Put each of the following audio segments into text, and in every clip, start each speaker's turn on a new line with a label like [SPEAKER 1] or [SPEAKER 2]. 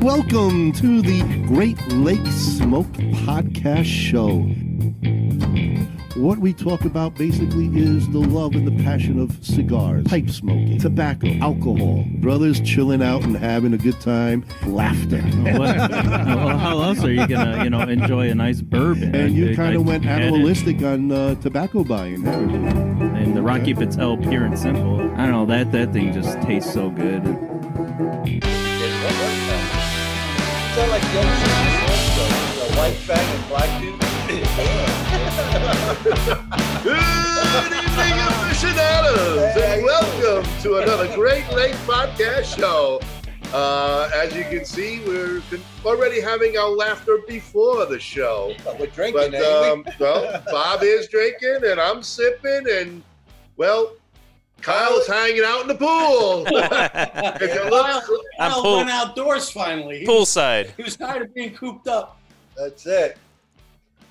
[SPEAKER 1] Welcome to the Great Lake Smoke Podcast Show. What we talk about basically is the love and the passion of cigars, pipe smoking, tobacco, alcohol, brothers chilling out and having a good time, laughter.
[SPEAKER 2] What, well, how else are you gonna, you know, enjoy a nice
[SPEAKER 1] And
[SPEAKER 2] bourbon? I-
[SPEAKER 1] you kind
[SPEAKER 2] I
[SPEAKER 1] of went
[SPEAKER 2] had it
[SPEAKER 1] animalistic on uh, tobacco buying, haven't you?
[SPEAKER 2] And the Rocky Patel Pure and Simple. I don't know that that thing just tastes so good.
[SPEAKER 3] Sound like the old show, the white fag and black dude.
[SPEAKER 4] Good evening, aficionados, and welcome to another Great Lake Podcast Show. Uh, as you can see, we're con- already having our laughter before the show.
[SPEAKER 3] But we're drinking,
[SPEAKER 4] But, um, well, Bob is drinking, and I'm sipping, and, well, Kyle's hanging out in the pool. If you look-
[SPEAKER 5] i
[SPEAKER 6] I'm
[SPEAKER 5] Al
[SPEAKER 6] pool-
[SPEAKER 5] went outdoors finally. He,
[SPEAKER 6] poolside.
[SPEAKER 5] he was tired of being cooped up.
[SPEAKER 3] That's it.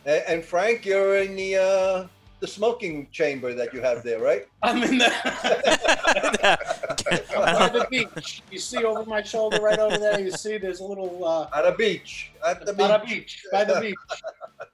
[SPEAKER 3] And, and Frank, you're in the uh, the smoking chamber that you have there, right?
[SPEAKER 5] I'm in the by the beach. You see over my shoulder, right over there. You see, there's a little uh,
[SPEAKER 3] At a beach. At the beach.
[SPEAKER 5] on a beach by the beach.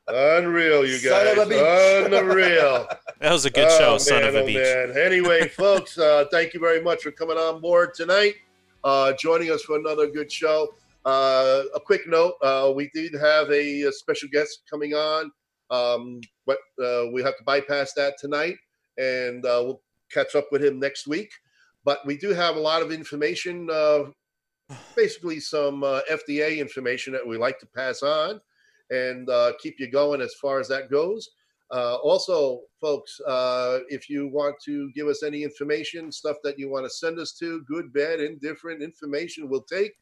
[SPEAKER 4] Unreal, you
[SPEAKER 3] Son
[SPEAKER 4] guys.
[SPEAKER 3] of a bitch.
[SPEAKER 4] Unreal.
[SPEAKER 6] That was a good
[SPEAKER 4] Oh,
[SPEAKER 6] show, son
[SPEAKER 4] man,
[SPEAKER 6] of a
[SPEAKER 4] oh,
[SPEAKER 6] beach.
[SPEAKER 4] man. Anyway, folks, uh, thank you very much for coming on board tonight, uh, joining us for another good show. Uh, a quick note: uh, we did have a, uh special guest coming on, um, but uh, we have to bypass that tonight, and uh, we'll catch up with him next week. But we do have a lot of information, uh, basically some uh, FDA information that we like to pass on and uh, keep you going as far as that goes. Uh, also, folks, uh, if you want to give us any information, stuff that you want to send us to, good, bad, indifferent information, we'll take.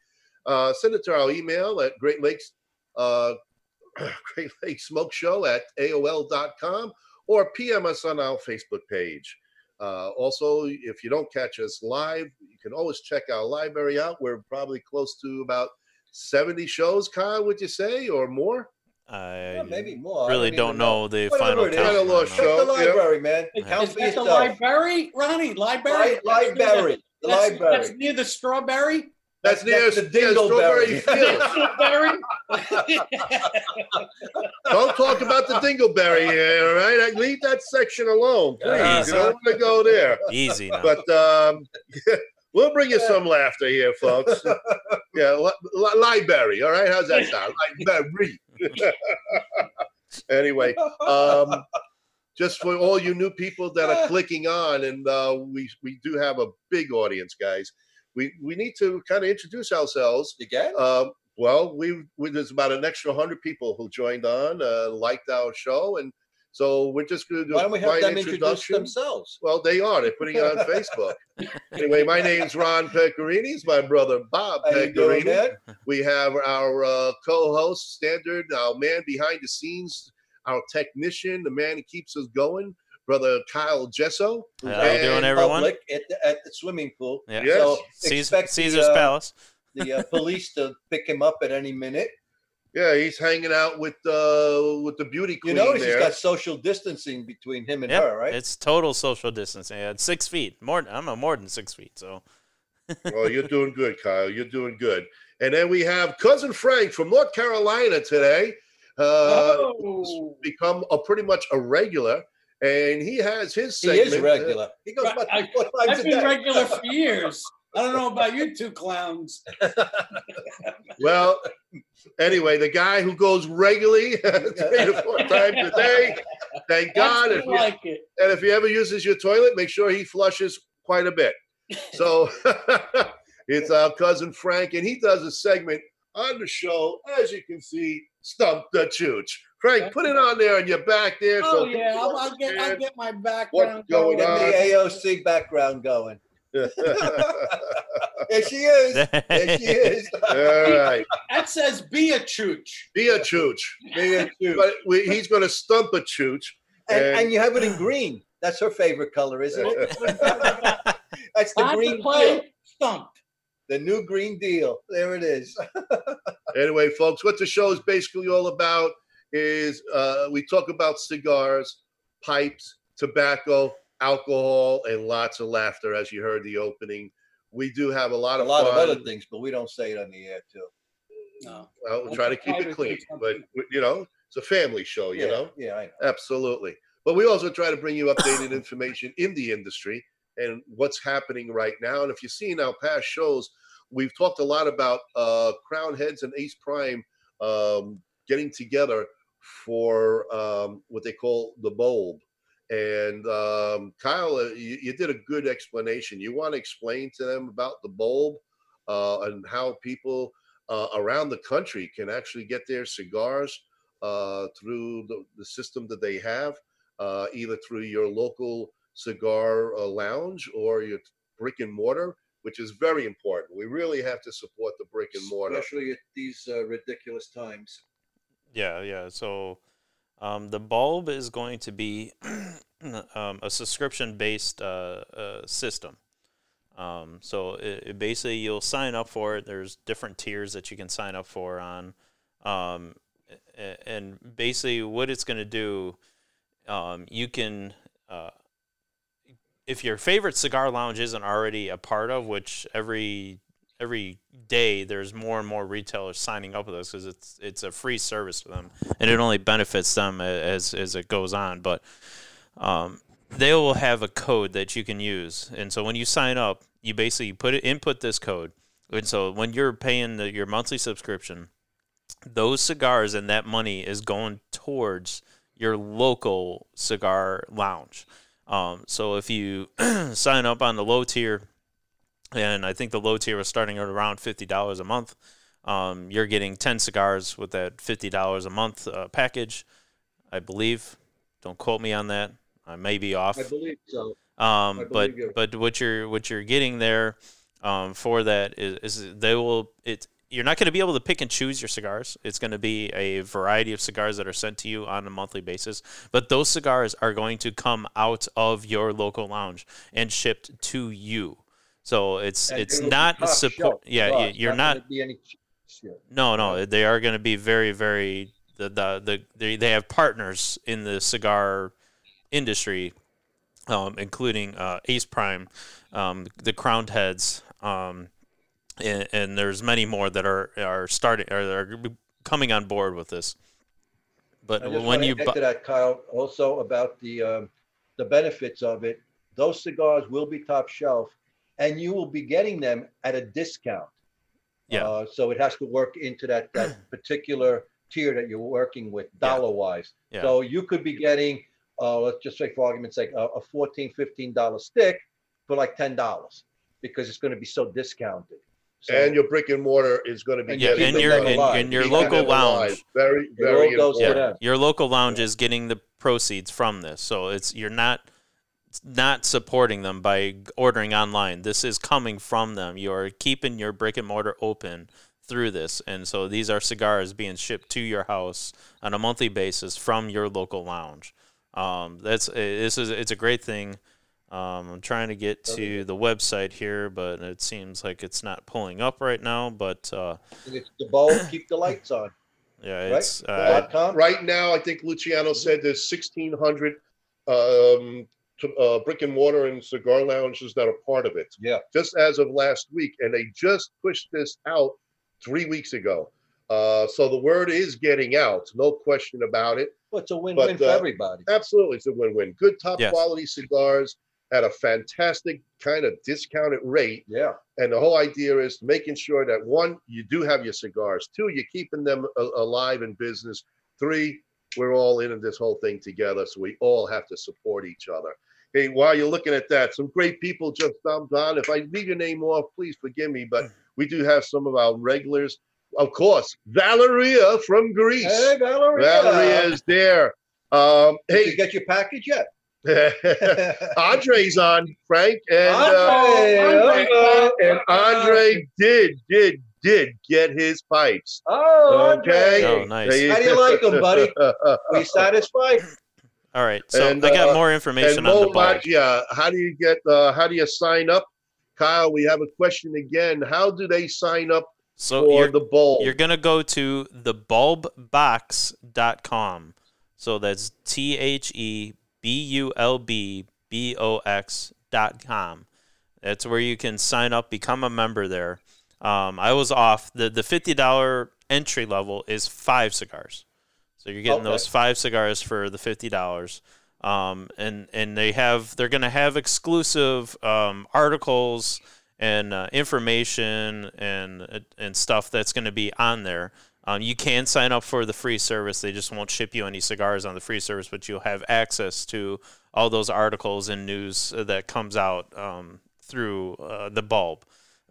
[SPEAKER 4] Uh, send it to our email at Great Lakes, uh, Great Lakes Smoke Show at AOL.com or PM us on our Facebook page. Uh, also, if you don't catch us live, you can always check our library out. We're probably close to about 70 shows, Kyle, would you say, or more?
[SPEAKER 6] I
[SPEAKER 3] Uh, Yeah, maybe more. I
[SPEAKER 6] really don't
[SPEAKER 3] even
[SPEAKER 6] know the
[SPEAKER 3] Whatever
[SPEAKER 6] final
[SPEAKER 3] it is.
[SPEAKER 6] count.
[SPEAKER 4] Had a little
[SPEAKER 3] Check the
[SPEAKER 4] Show, yeah.
[SPEAKER 3] library, man.
[SPEAKER 5] Is,
[SPEAKER 3] Count
[SPEAKER 5] is
[SPEAKER 3] for
[SPEAKER 5] that the
[SPEAKER 3] yourself.
[SPEAKER 5] library, Ronnie? Library.
[SPEAKER 3] Li- library. The
[SPEAKER 5] That's,
[SPEAKER 3] library.
[SPEAKER 5] That's near the strawberry.
[SPEAKER 4] That's, near
[SPEAKER 3] That's
[SPEAKER 4] the
[SPEAKER 3] the dingleberry.
[SPEAKER 4] Strawberry Fields.
[SPEAKER 5] Strawberry.
[SPEAKER 4] Don't talk about the dingleberry here, all right? I leave that section alone, please.
[SPEAKER 6] Easy.
[SPEAKER 4] You don't want to go there.
[SPEAKER 6] Easy now.
[SPEAKER 4] But um, we'll bring you some laughter here, folks. Yeah, li- li- library, all right? How's that sound? Library. anyway, um, just for all you new people that are clicking on, and uh, we we do have a big audience, guys. We we need to kind of introduce ourselves.
[SPEAKER 3] Again?
[SPEAKER 4] Um, well, we, we there's about an extra hundred people who joined on, uh, liked our show, and so we're just going to do
[SPEAKER 3] Why don't we have
[SPEAKER 4] quiet
[SPEAKER 3] them introduce themselves?
[SPEAKER 4] Well, they are. They're putting it on Facebook. anyway, my name's Ron Pecorini. It's my brother Bob
[SPEAKER 3] How you doing,
[SPEAKER 4] Pecorini.
[SPEAKER 3] man?
[SPEAKER 4] We have our uh, co-host, Standard, our man behind the scenes, our technician, the man who keeps us going, brother Kyle Gesso.
[SPEAKER 6] How you doing,
[SPEAKER 4] And-
[SPEAKER 6] everyone?
[SPEAKER 3] Public at the, at the swimming pool.
[SPEAKER 6] Yeah.
[SPEAKER 4] Yes.
[SPEAKER 3] So
[SPEAKER 6] Caesar's,
[SPEAKER 3] expect the,
[SPEAKER 6] Caesar's
[SPEAKER 3] uh,
[SPEAKER 6] Palace.
[SPEAKER 3] the uh, police to pick him up at any minute.
[SPEAKER 4] Yeah, he's hanging out with uh, with the beauty
[SPEAKER 3] You
[SPEAKER 4] queen
[SPEAKER 3] notice
[SPEAKER 4] there.
[SPEAKER 3] he's got social distancing between him and
[SPEAKER 6] Yeah,
[SPEAKER 3] her, right?
[SPEAKER 6] it's total social distancing. Yeah, it's six feet. More, I'm a more than six feet. So
[SPEAKER 4] well, Oh, you're doing good, Kyle. You're doing good. And then we have cousin Frank from North Carolina today, uh,
[SPEAKER 5] oh.
[SPEAKER 4] become a pretty much a regular, and he has his
[SPEAKER 3] he
[SPEAKER 4] segment.
[SPEAKER 3] is regular. He goes
[SPEAKER 5] Right,
[SPEAKER 3] about
[SPEAKER 5] I-
[SPEAKER 3] four times
[SPEAKER 5] I've
[SPEAKER 3] a
[SPEAKER 5] been
[SPEAKER 3] day.
[SPEAKER 5] regular for years. I don't know about you two clowns.
[SPEAKER 4] Uh, well, anyway, the guy who goes regularly three to four times a day. Thank God.
[SPEAKER 5] That's
[SPEAKER 4] If
[SPEAKER 5] more
[SPEAKER 4] you,
[SPEAKER 5] like it.
[SPEAKER 4] and if he ever uses your toilet, make sure he flushes quite a bit. So it's our cousin Frank, and he does a segment on the show, as you can see, Stump the Chooch. Frank, put it on there on your back there.
[SPEAKER 5] Oh
[SPEAKER 4] so
[SPEAKER 5] yeah,
[SPEAKER 4] people
[SPEAKER 5] I'll, I'll get I'll get my background
[SPEAKER 4] going
[SPEAKER 3] Get
[SPEAKER 4] on?
[SPEAKER 3] the AOC background going.
[SPEAKER 4] understand.
[SPEAKER 3] There she is. There she
[SPEAKER 6] yeah,
[SPEAKER 3] is.
[SPEAKER 4] All right.
[SPEAKER 5] That says be a chooch.
[SPEAKER 4] Be a chooch.
[SPEAKER 3] Me and you.
[SPEAKER 4] But we, he's going to stump a chooch.
[SPEAKER 3] And,
[SPEAKER 4] and-
[SPEAKER 3] and you have it in green. That's her favorite color, isn't it? That's the
[SPEAKER 5] Not to
[SPEAKER 3] green
[SPEAKER 5] play
[SPEAKER 3] deal.
[SPEAKER 5] stump.
[SPEAKER 3] The new green deal. There it is.
[SPEAKER 4] Anyway, folks, what the show is basically all about is uh, we talk about cigars, pipes, tobacco, alcohol and lots of laughter, as you heard the opening. We do have a lot
[SPEAKER 3] a
[SPEAKER 4] of
[SPEAKER 3] lot of
[SPEAKER 4] fun.
[SPEAKER 3] other things, but we don't say it on the air too.
[SPEAKER 5] No.
[SPEAKER 4] Well, we try to keep it clean, but you know, it's a family show. You
[SPEAKER 3] yeah,
[SPEAKER 4] know,
[SPEAKER 3] Yeah, I know.
[SPEAKER 4] absolutely. But we also try to bring you updated information in the industry and what's happening right now. And if you've seen our past shows, we've talked a lot about uh, Crown Heads and Ace Prime um, getting together for um, what they call the bulb. And um, Kyle, uh, you, you did a good explanation. You want to explain to them about the bulb uh, and how people uh, around the country can actually get their cigars uh, through the, the system that they have, uh, either through your local cigar uh, lounge or your brick and mortar, which is very important. We really have to support the brick and mortar.
[SPEAKER 3] Especially at these uh, ridiculous times.
[SPEAKER 6] Yeah, yeah. So um, the bulb is going to be um, a subscription based uh, uh, system. Um, so it, it basically, you'll sign up for it. There's different tiers that you can sign up for on. Um, a- a- and basically, what it's going to do, um, you can, uh, if your favorite cigar lounge isn't already a part of, which every every day there's more and more retailers signing up with us because it's it's a free service to them and it only benefits them a- as as it goes on but um, they will have a code that you can use and so when you sign up you basically put it input this code and so when you're paying the, your monthly subscription those cigars and that money is going towards your local cigar lounge um, so if you sign up on the low tier and I think the low tier was starting at around fifty dollars a month. Um, you're getting ten cigars with that fifty dollars a month uh, package, I believe. Don't quote me on that. I may be off.
[SPEAKER 3] I believe so. I
[SPEAKER 6] Um, but
[SPEAKER 3] believe you.
[SPEAKER 6] but what you're what you're getting there um, for that is, is they will it you're not going to be able to pick and choose your cigars. It's going to be a variety of cigars that are sent to you on a monthly basis. But those cigars are going to come out of your local lounge and shipped to you. So it's
[SPEAKER 3] And
[SPEAKER 6] it's
[SPEAKER 3] it'll be
[SPEAKER 6] not
[SPEAKER 3] top
[SPEAKER 6] support.
[SPEAKER 3] shelf,
[SPEAKER 6] Yeah,
[SPEAKER 3] but
[SPEAKER 6] y- you're
[SPEAKER 3] gonna
[SPEAKER 6] not.
[SPEAKER 3] Be any cheap shit.
[SPEAKER 6] No, no, they are going to be very, very the the, the they, they have partners in the cigar industry, um, including uh, Ace Prime, um, the Crowned Heads, um, and, and there's many more that are are starting or that are coming on board with this.
[SPEAKER 3] I
[SPEAKER 6] But
[SPEAKER 3] just
[SPEAKER 6] when
[SPEAKER 3] want
[SPEAKER 6] you
[SPEAKER 3] to add
[SPEAKER 6] bu-
[SPEAKER 3] to that, Kyle, also about the um, the benefits of it. Those cigars will be top shelf, and you will be getting them at a discount.
[SPEAKER 6] Yeah.
[SPEAKER 3] Uh, so it has to work into that that particular tier that you're working with
[SPEAKER 6] Yeah.
[SPEAKER 3] dollar wise.
[SPEAKER 6] Yeah.
[SPEAKER 3] So you could be getting, uh, let's just say for argument's sake, a, a 14 dollar stick for like ten dollars because it's going to be so discounted. So
[SPEAKER 4] And your brick and mortar is going to be
[SPEAKER 3] And
[SPEAKER 6] yeah,
[SPEAKER 3] keep
[SPEAKER 6] in
[SPEAKER 3] them
[SPEAKER 6] your
[SPEAKER 3] alive,
[SPEAKER 6] in, in your
[SPEAKER 3] keep
[SPEAKER 4] keeping
[SPEAKER 6] local
[SPEAKER 4] them alive.
[SPEAKER 6] lounge,
[SPEAKER 4] Very,
[SPEAKER 3] it all
[SPEAKER 4] very
[SPEAKER 3] goes to
[SPEAKER 4] important.
[SPEAKER 3] them.
[SPEAKER 6] your local lounge is getting the proceeds from this so it's you're not not supporting them by ordering online this is coming from them you're keeping your brick and mortar open through this and so these are cigars being shipped to your house on a monthly basis from your local lounge um, that's this is it's a great thing um, I'm trying to get to the website here, but it seems like it's not pulling up right now. But uh,
[SPEAKER 3] And it's the bulb, keep the lights on.
[SPEAKER 6] yeah,
[SPEAKER 3] Right?
[SPEAKER 6] it's uh,
[SPEAKER 3] dot com.
[SPEAKER 4] Right now, I think Luciano said there's 1,600 um, t- uh, brick and mortar and cigar lounges that are part of it.
[SPEAKER 3] Yeah.
[SPEAKER 4] just as of last week, and they just pushed this out three weeks ago. Uh, so the word is getting out, no question about it.
[SPEAKER 3] Well, it's a win-win
[SPEAKER 4] But,
[SPEAKER 3] for
[SPEAKER 4] uh,
[SPEAKER 3] everybody.
[SPEAKER 4] Absolutely, it's a win-win. Good, top
[SPEAKER 6] Yes.
[SPEAKER 4] quality cigars at a fantastic kind of discounted rate.
[SPEAKER 3] Yeah.
[SPEAKER 4] And the whole idea is making sure that one, you do have your cigars. Two, you're keeping them a- alive in business. Three, we're all in this whole thing together, so we all have to support each other. Hey, while you're looking at that, some great people just jumped on. If I leave your name off, please forgive me,
[SPEAKER 3] Hmm.
[SPEAKER 4] but we do have some of our regulars. Of course, Valeria from Greece.
[SPEAKER 3] Hey, Valerie.
[SPEAKER 4] Valeria is there. Um,
[SPEAKER 3] Did you
[SPEAKER 4] hey,
[SPEAKER 3] get your package yet? Oh,
[SPEAKER 4] Andre's on, Frank, and uh,
[SPEAKER 3] Andre,
[SPEAKER 4] and,
[SPEAKER 3] hello.
[SPEAKER 4] and Andre did, did, did get his pipes.
[SPEAKER 3] Oh,
[SPEAKER 4] Okay.
[SPEAKER 6] oh,
[SPEAKER 3] Andre.
[SPEAKER 6] nice.
[SPEAKER 4] They-
[SPEAKER 3] How do you like 'em, buddy? Are you satisfied?
[SPEAKER 6] All right, so
[SPEAKER 4] And,
[SPEAKER 6] I
[SPEAKER 4] uh,
[SPEAKER 6] got more
[SPEAKER 4] and
[SPEAKER 6] information on the
[SPEAKER 4] Mo
[SPEAKER 6] bulb.
[SPEAKER 4] Maggia, how do you get? Uh, how do you sign up? Kyle, we have a question again. How do they sign up
[SPEAKER 6] So
[SPEAKER 4] for
[SPEAKER 6] you're,
[SPEAKER 4] the bowl?
[SPEAKER 6] you're gonna go to thebulbbox.com. So that's T H E B U L B box.com. That's where you can sign up, become a member there. Um, I was off. The, the $50 entry level is five cigars. So you're getting
[SPEAKER 3] Okay.
[SPEAKER 6] those five cigars for the $50. Um, and, and they have, they're going to have exclusive um, articles and uh, information and, and stuff that's going to be on there. Um, you can sign up for the free service. They just won't ship you any cigars on the free service, but you'll have access to all those articles and news that comes out um, through uh, the bulb.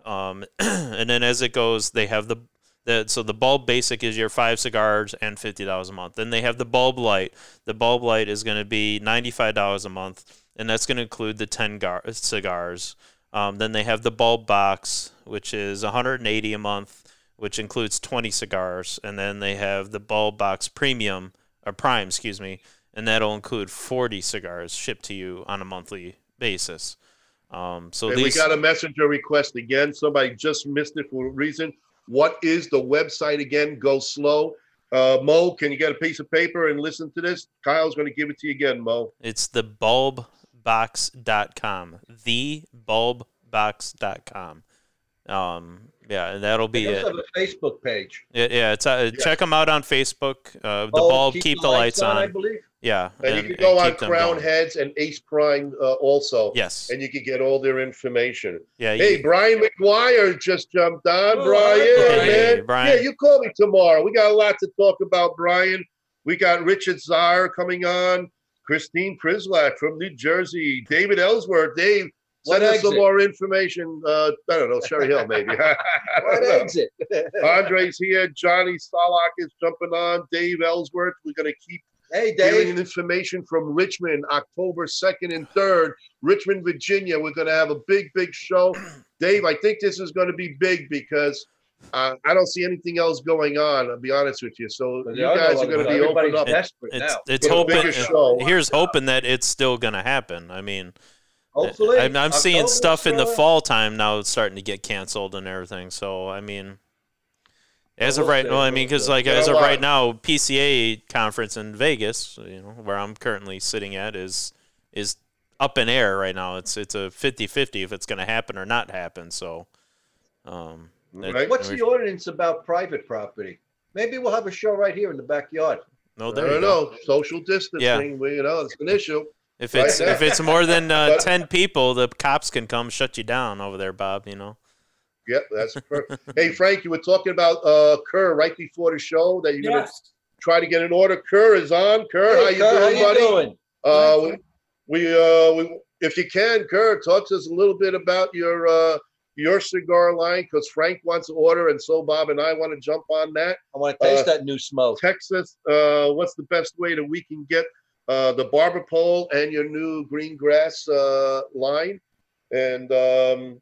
[SPEAKER 6] Um, and then as it goes, they have the, the so the bulb basic is your five cigars and fifty dollars a month. Then they have the bulb light. The bulb light is going to be ninety five dollars a month, and that's going to include the ten gar- cigars. Um, then they have the bulb box, which is one hundred and eighty a month which includes 20 cigars, and then they have the bulb box premium or prime, excuse me, and that'll include 40 cigars shipped to you on a monthly basis. Um, so
[SPEAKER 4] And we
[SPEAKER 6] these,
[SPEAKER 4] got a messenger request again. Somebody just missed it for a reason. What is the website again? Go slow. Uh, Mo, can you get a piece of paper and listen to this? Kyle's going to give it to you again, Mo.
[SPEAKER 6] it's the bulbbox.com, the bulbbox.com. Um, yeah, and that'll be
[SPEAKER 3] They
[SPEAKER 6] it.
[SPEAKER 3] also have a Facebook page.
[SPEAKER 6] Yeah, yeah, it's uh,
[SPEAKER 4] Yeah.
[SPEAKER 6] check them out on Facebook. Uh, the
[SPEAKER 3] Oh,
[SPEAKER 6] bulb, keep, the lights, on.
[SPEAKER 3] I believe.
[SPEAKER 6] Yeah,
[SPEAKER 4] And, you can
[SPEAKER 6] and
[SPEAKER 4] go on
[SPEAKER 6] keep them
[SPEAKER 4] Crown
[SPEAKER 6] going.
[SPEAKER 4] Heads and Ace Prime uh, also,
[SPEAKER 6] Yes.
[SPEAKER 4] and you can get all their information.
[SPEAKER 6] Yeah. you-
[SPEAKER 4] Hey, Brian McGuire just jumped on.
[SPEAKER 3] Oh,
[SPEAKER 4] Brian,
[SPEAKER 3] hi,
[SPEAKER 6] Brian. Hey,
[SPEAKER 4] man.
[SPEAKER 6] Brian.
[SPEAKER 4] Yeah, you call me tomorrow. We got a lot to talk about, Brian. We got Richard Zar coming on, Christine Prislak from New Jersey, David Ellsworth. Dave,
[SPEAKER 3] What
[SPEAKER 4] send us some
[SPEAKER 3] exit?
[SPEAKER 4] more information. Uh, I don't know, Sherry Hill, maybe. I
[SPEAKER 3] What
[SPEAKER 4] don't know.
[SPEAKER 3] exit?
[SPEAKER 4] Andre's here. Johnny Salak is jumping on. Dave Ellsworth. We're going to keep
[SPEAKER 3] Hey,
[SPEAKER 4] getting
[SPEAKER 3] Dave.
[SPEAKER 4] information from Richmond, October 2nd and 3rd, Richmond, Virginia. We're going to have a big, big show. Dave, I think this is going to be big because uh, I don't see anything else going on, I'll be honest with you. So you guys are going to be
[SPEAKER 3] Everybody's
[SPEAKER 4] opened up.
[SPEAKER 3] Desperate
[SPEAKER 6] it's
[SPEAKER 3] now.
[SPEAKER 6] it's
[SPEAKER 4] It's the
[SPEAKER 6] hoping
[SPEAKER 4] biggest show.
[SPEAKER 6] here's hoping that it's still gonna happen. I mean,
[SPEAKER 3] Hopefully,
[SPEAKER 6] I'm, I'm seeing
[SPEAKER 3] October's
[SPEAKER 6] stuff in the
[SPEAKER 3] sure.
[SPEAKER 6] fall time now it's starting to get canceled and everything. So I mean, as of
[SPEAKER 3] we'll
[SPEAKER 6] right,
[SPEAKER 3] see,
[SPEAKER 6] well, I
[SPEAKER 3] we'll
[SPEAKER 6] mean, because
[SPEAKER 3] see.
[SPEAKER 6] like
[SPEAKER 4] You know
[SPEAKER 6] as of
[SPEAKER 4] what?
[SPEAKER 6] right now, PCA conference in Vegas, you know, where I'm currently sitting at is is up in air right now. It's it's a 50-50 if it's gonna happen or not happen. So, um, that-
[SPEAKER 4] Right.
[SPEAKER 3] What's the ordinance about private property? Maybe we'll have a show right here in the backyard.
[SPEAKER 6] no,
[SPEAKER 4] I
[SPEAKER 6] there you
[SPEAKER 4] don't
[SPEAKER 6] go.
[SPEAKER 4] know. Social distancing, we- you know, it's an issue.
[SPEAKER 6] If
[SPEAKER 4] Right
[SPEAKER 6] it's
[SPEAKER 4] now.
[SPEAKER 6] if it's more than uh,
[SPEAKER 4] But-
[SPEAKER 6] ten people, the cops can come shut you down over there, Bob. You know.
[SPEAKER 4] Yep, that's perfect. hey, Frank, you were talking about uh, Kerr right before the show that you're going to
[SPEAKER 5] Yes.
[SPEAKER 4] try to get an order. Kerr is on. Kerr,
[SPEAKER 3] Hey,
[SPEAKER 4] how you
[SPEAKER 3] Kurt,
[SPEAKER 4] doing, buddy?
[SPEAKER 3] doing?
[SPEAKER 4] Uh, we, we, uh, we, if you can, Kerr, talk to us a little bit about your uh, your cigar line because Frank wants to order, and so Bob and I want to jump on that.
[SPEAKER 3] I want to taste
[SPEAKER 4] Uh,
[SPEAKER 3] that new smoke.
[SPEAKER 4] Texas, uh, what's the best way that we can get uh, the barber pole and your new green grass uh, line? And um,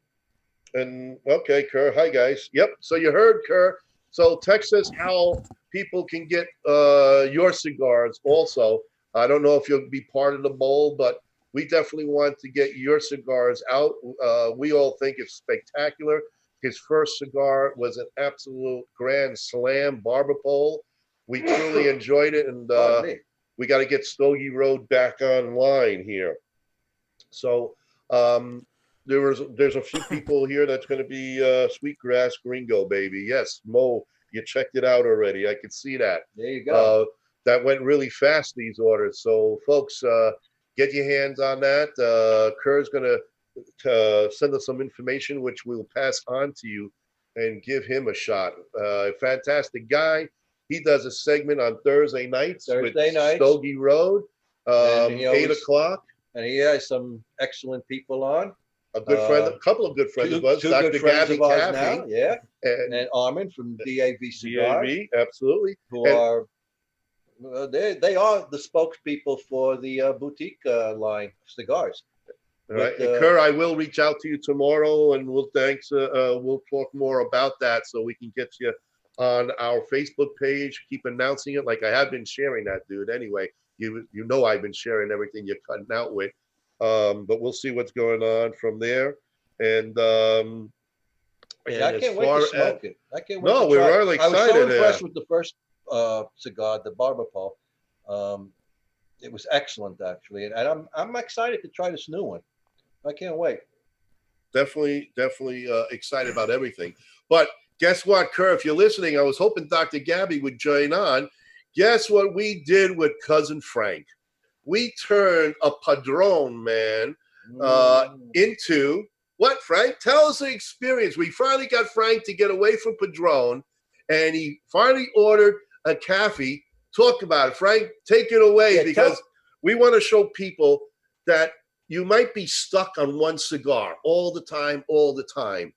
[SPEAKER 4] and okay, Kerr. Hi guys. Yep. So you heard Kerr. So Texas, how people can get uh, your cigars also. I don't know if you'll be part of the bowl, but we definitely want to get your cigars out. Uh, we all think it's spectacular. His first cigar was an absolute grand slam barber pole. We truly enjoyed it, and uh,
[SPEAKER 3] Pardon me.
[SPEAKER 4] we got to get Stogie Road back online here. So um, there was there's a few people here that's going to be uh, Sweetgrass Gringo, baby. Yes, Mo, you checked it out already. I could see that.
[SPEAKER 3] there you go.
[SPEAKER 4] Uh, that went really fast, these orders. So, folks, uh, get your hands on that. Uh, Kerr's going to uh, send us some information, which we'll pass on to you and give him a shot. Uh, fantastic guy. He does a segment on Thursday nights
[SPEAKER 3] Thursday
[SPEAKER 4] with
[SPEAKER 3] nights.
[SPEAKER 4] Stogie Road, um,
[SPEAKER 3] And he
[SPEAKER 4] 8
[SPEAKER 3] always-
[SPEAKER 4] o'clock.
[SPEAKER 3] and he has some excellent people on.
[SPEAKER 4] A good friend, a
[SPEAKER 3] Uh,
[SPEAKER 4] couple of good friends
[SPEAKER 3] Two-
[SPEAKER 4] of us,
[SPEAKER 3] two
[SPEAKER 4] Dr.
[SPEAKER 3] good friends
[SPEAKER 4] Gabby
[SPEAKER 3] of ours
[SPEAKER 4] Caffey
[SPEAKER 3] now, yeah,
[SPEAKER 4] and,
[SPEAKER 3] and Armin from DAV Cigar,
[SPEAKER 4] DAV, absolutely.
[SPEAKER 3] who
[SPEAKER 4] and-
[SPEAKER 3] are uh, they they are the spokespeople for the uh, boutique uh, line of cigars.
[SPEAKER 4] All right,
[SPEAKER 3] But, uh,
[SPEAKER 4] Kerr, I will reach out to you tomorrow, and we'll thanks. Uh, uh, we'll talk more about that so we can get you on our Facebook page. Keep announcing it, like I have been sharing that, dude. Anyway, you you know I've been sharing everything you're cutting out with, um, but we'll see what's going on from there. And um, and
[SPEAKER 3] Yeah, I
[SPEAKER 4] as
[SPEAKER 3] can't wait
[SPEAKER 4] far
[SPEAKER 3] to
[SPEAKER 4] as-
[SPEAKER 3] smoke it. I can't wait.
[SPEAKER 4] No,
[SPEAKER 3] to
[SPEAKER 4] we
[SPEAKER 3] try
[SPEAKER 4] were
[SPEAKER 3] it. I was
[SPEAKER 4] all
[SPEAKER 3] so
[SPEAKER 4] excited, yeah.
[SPEAKER 3] uh, impressed with the first uh, cigar, the Barber Paul. Um, It was excellent, actually, and, and I'm I'm excited to try this new one. I can't wait.
[SPEAKER 4] Definitely, definitely uh, excited about everything. But guess what, Kerr? If you're listening, I was hoping Dr. Gabby would join on. Guess what we did with cousin Frank? We turned a padron man Uh,
[SPEAKER 3] Mm.
[SPEAKER 4] into what, Frank? Tell us the experience. We finally got Frank to get away from Padron, and he finally ordered a cafe. Talk about it, Frank. Take it
[SPEAKER 3] Yeah,
[SPEAKER 4] away
[SPEAKER 3] tell-
[SPEAKER 4] because we want to show people that you might be stuck on one cigar all the time, all the time,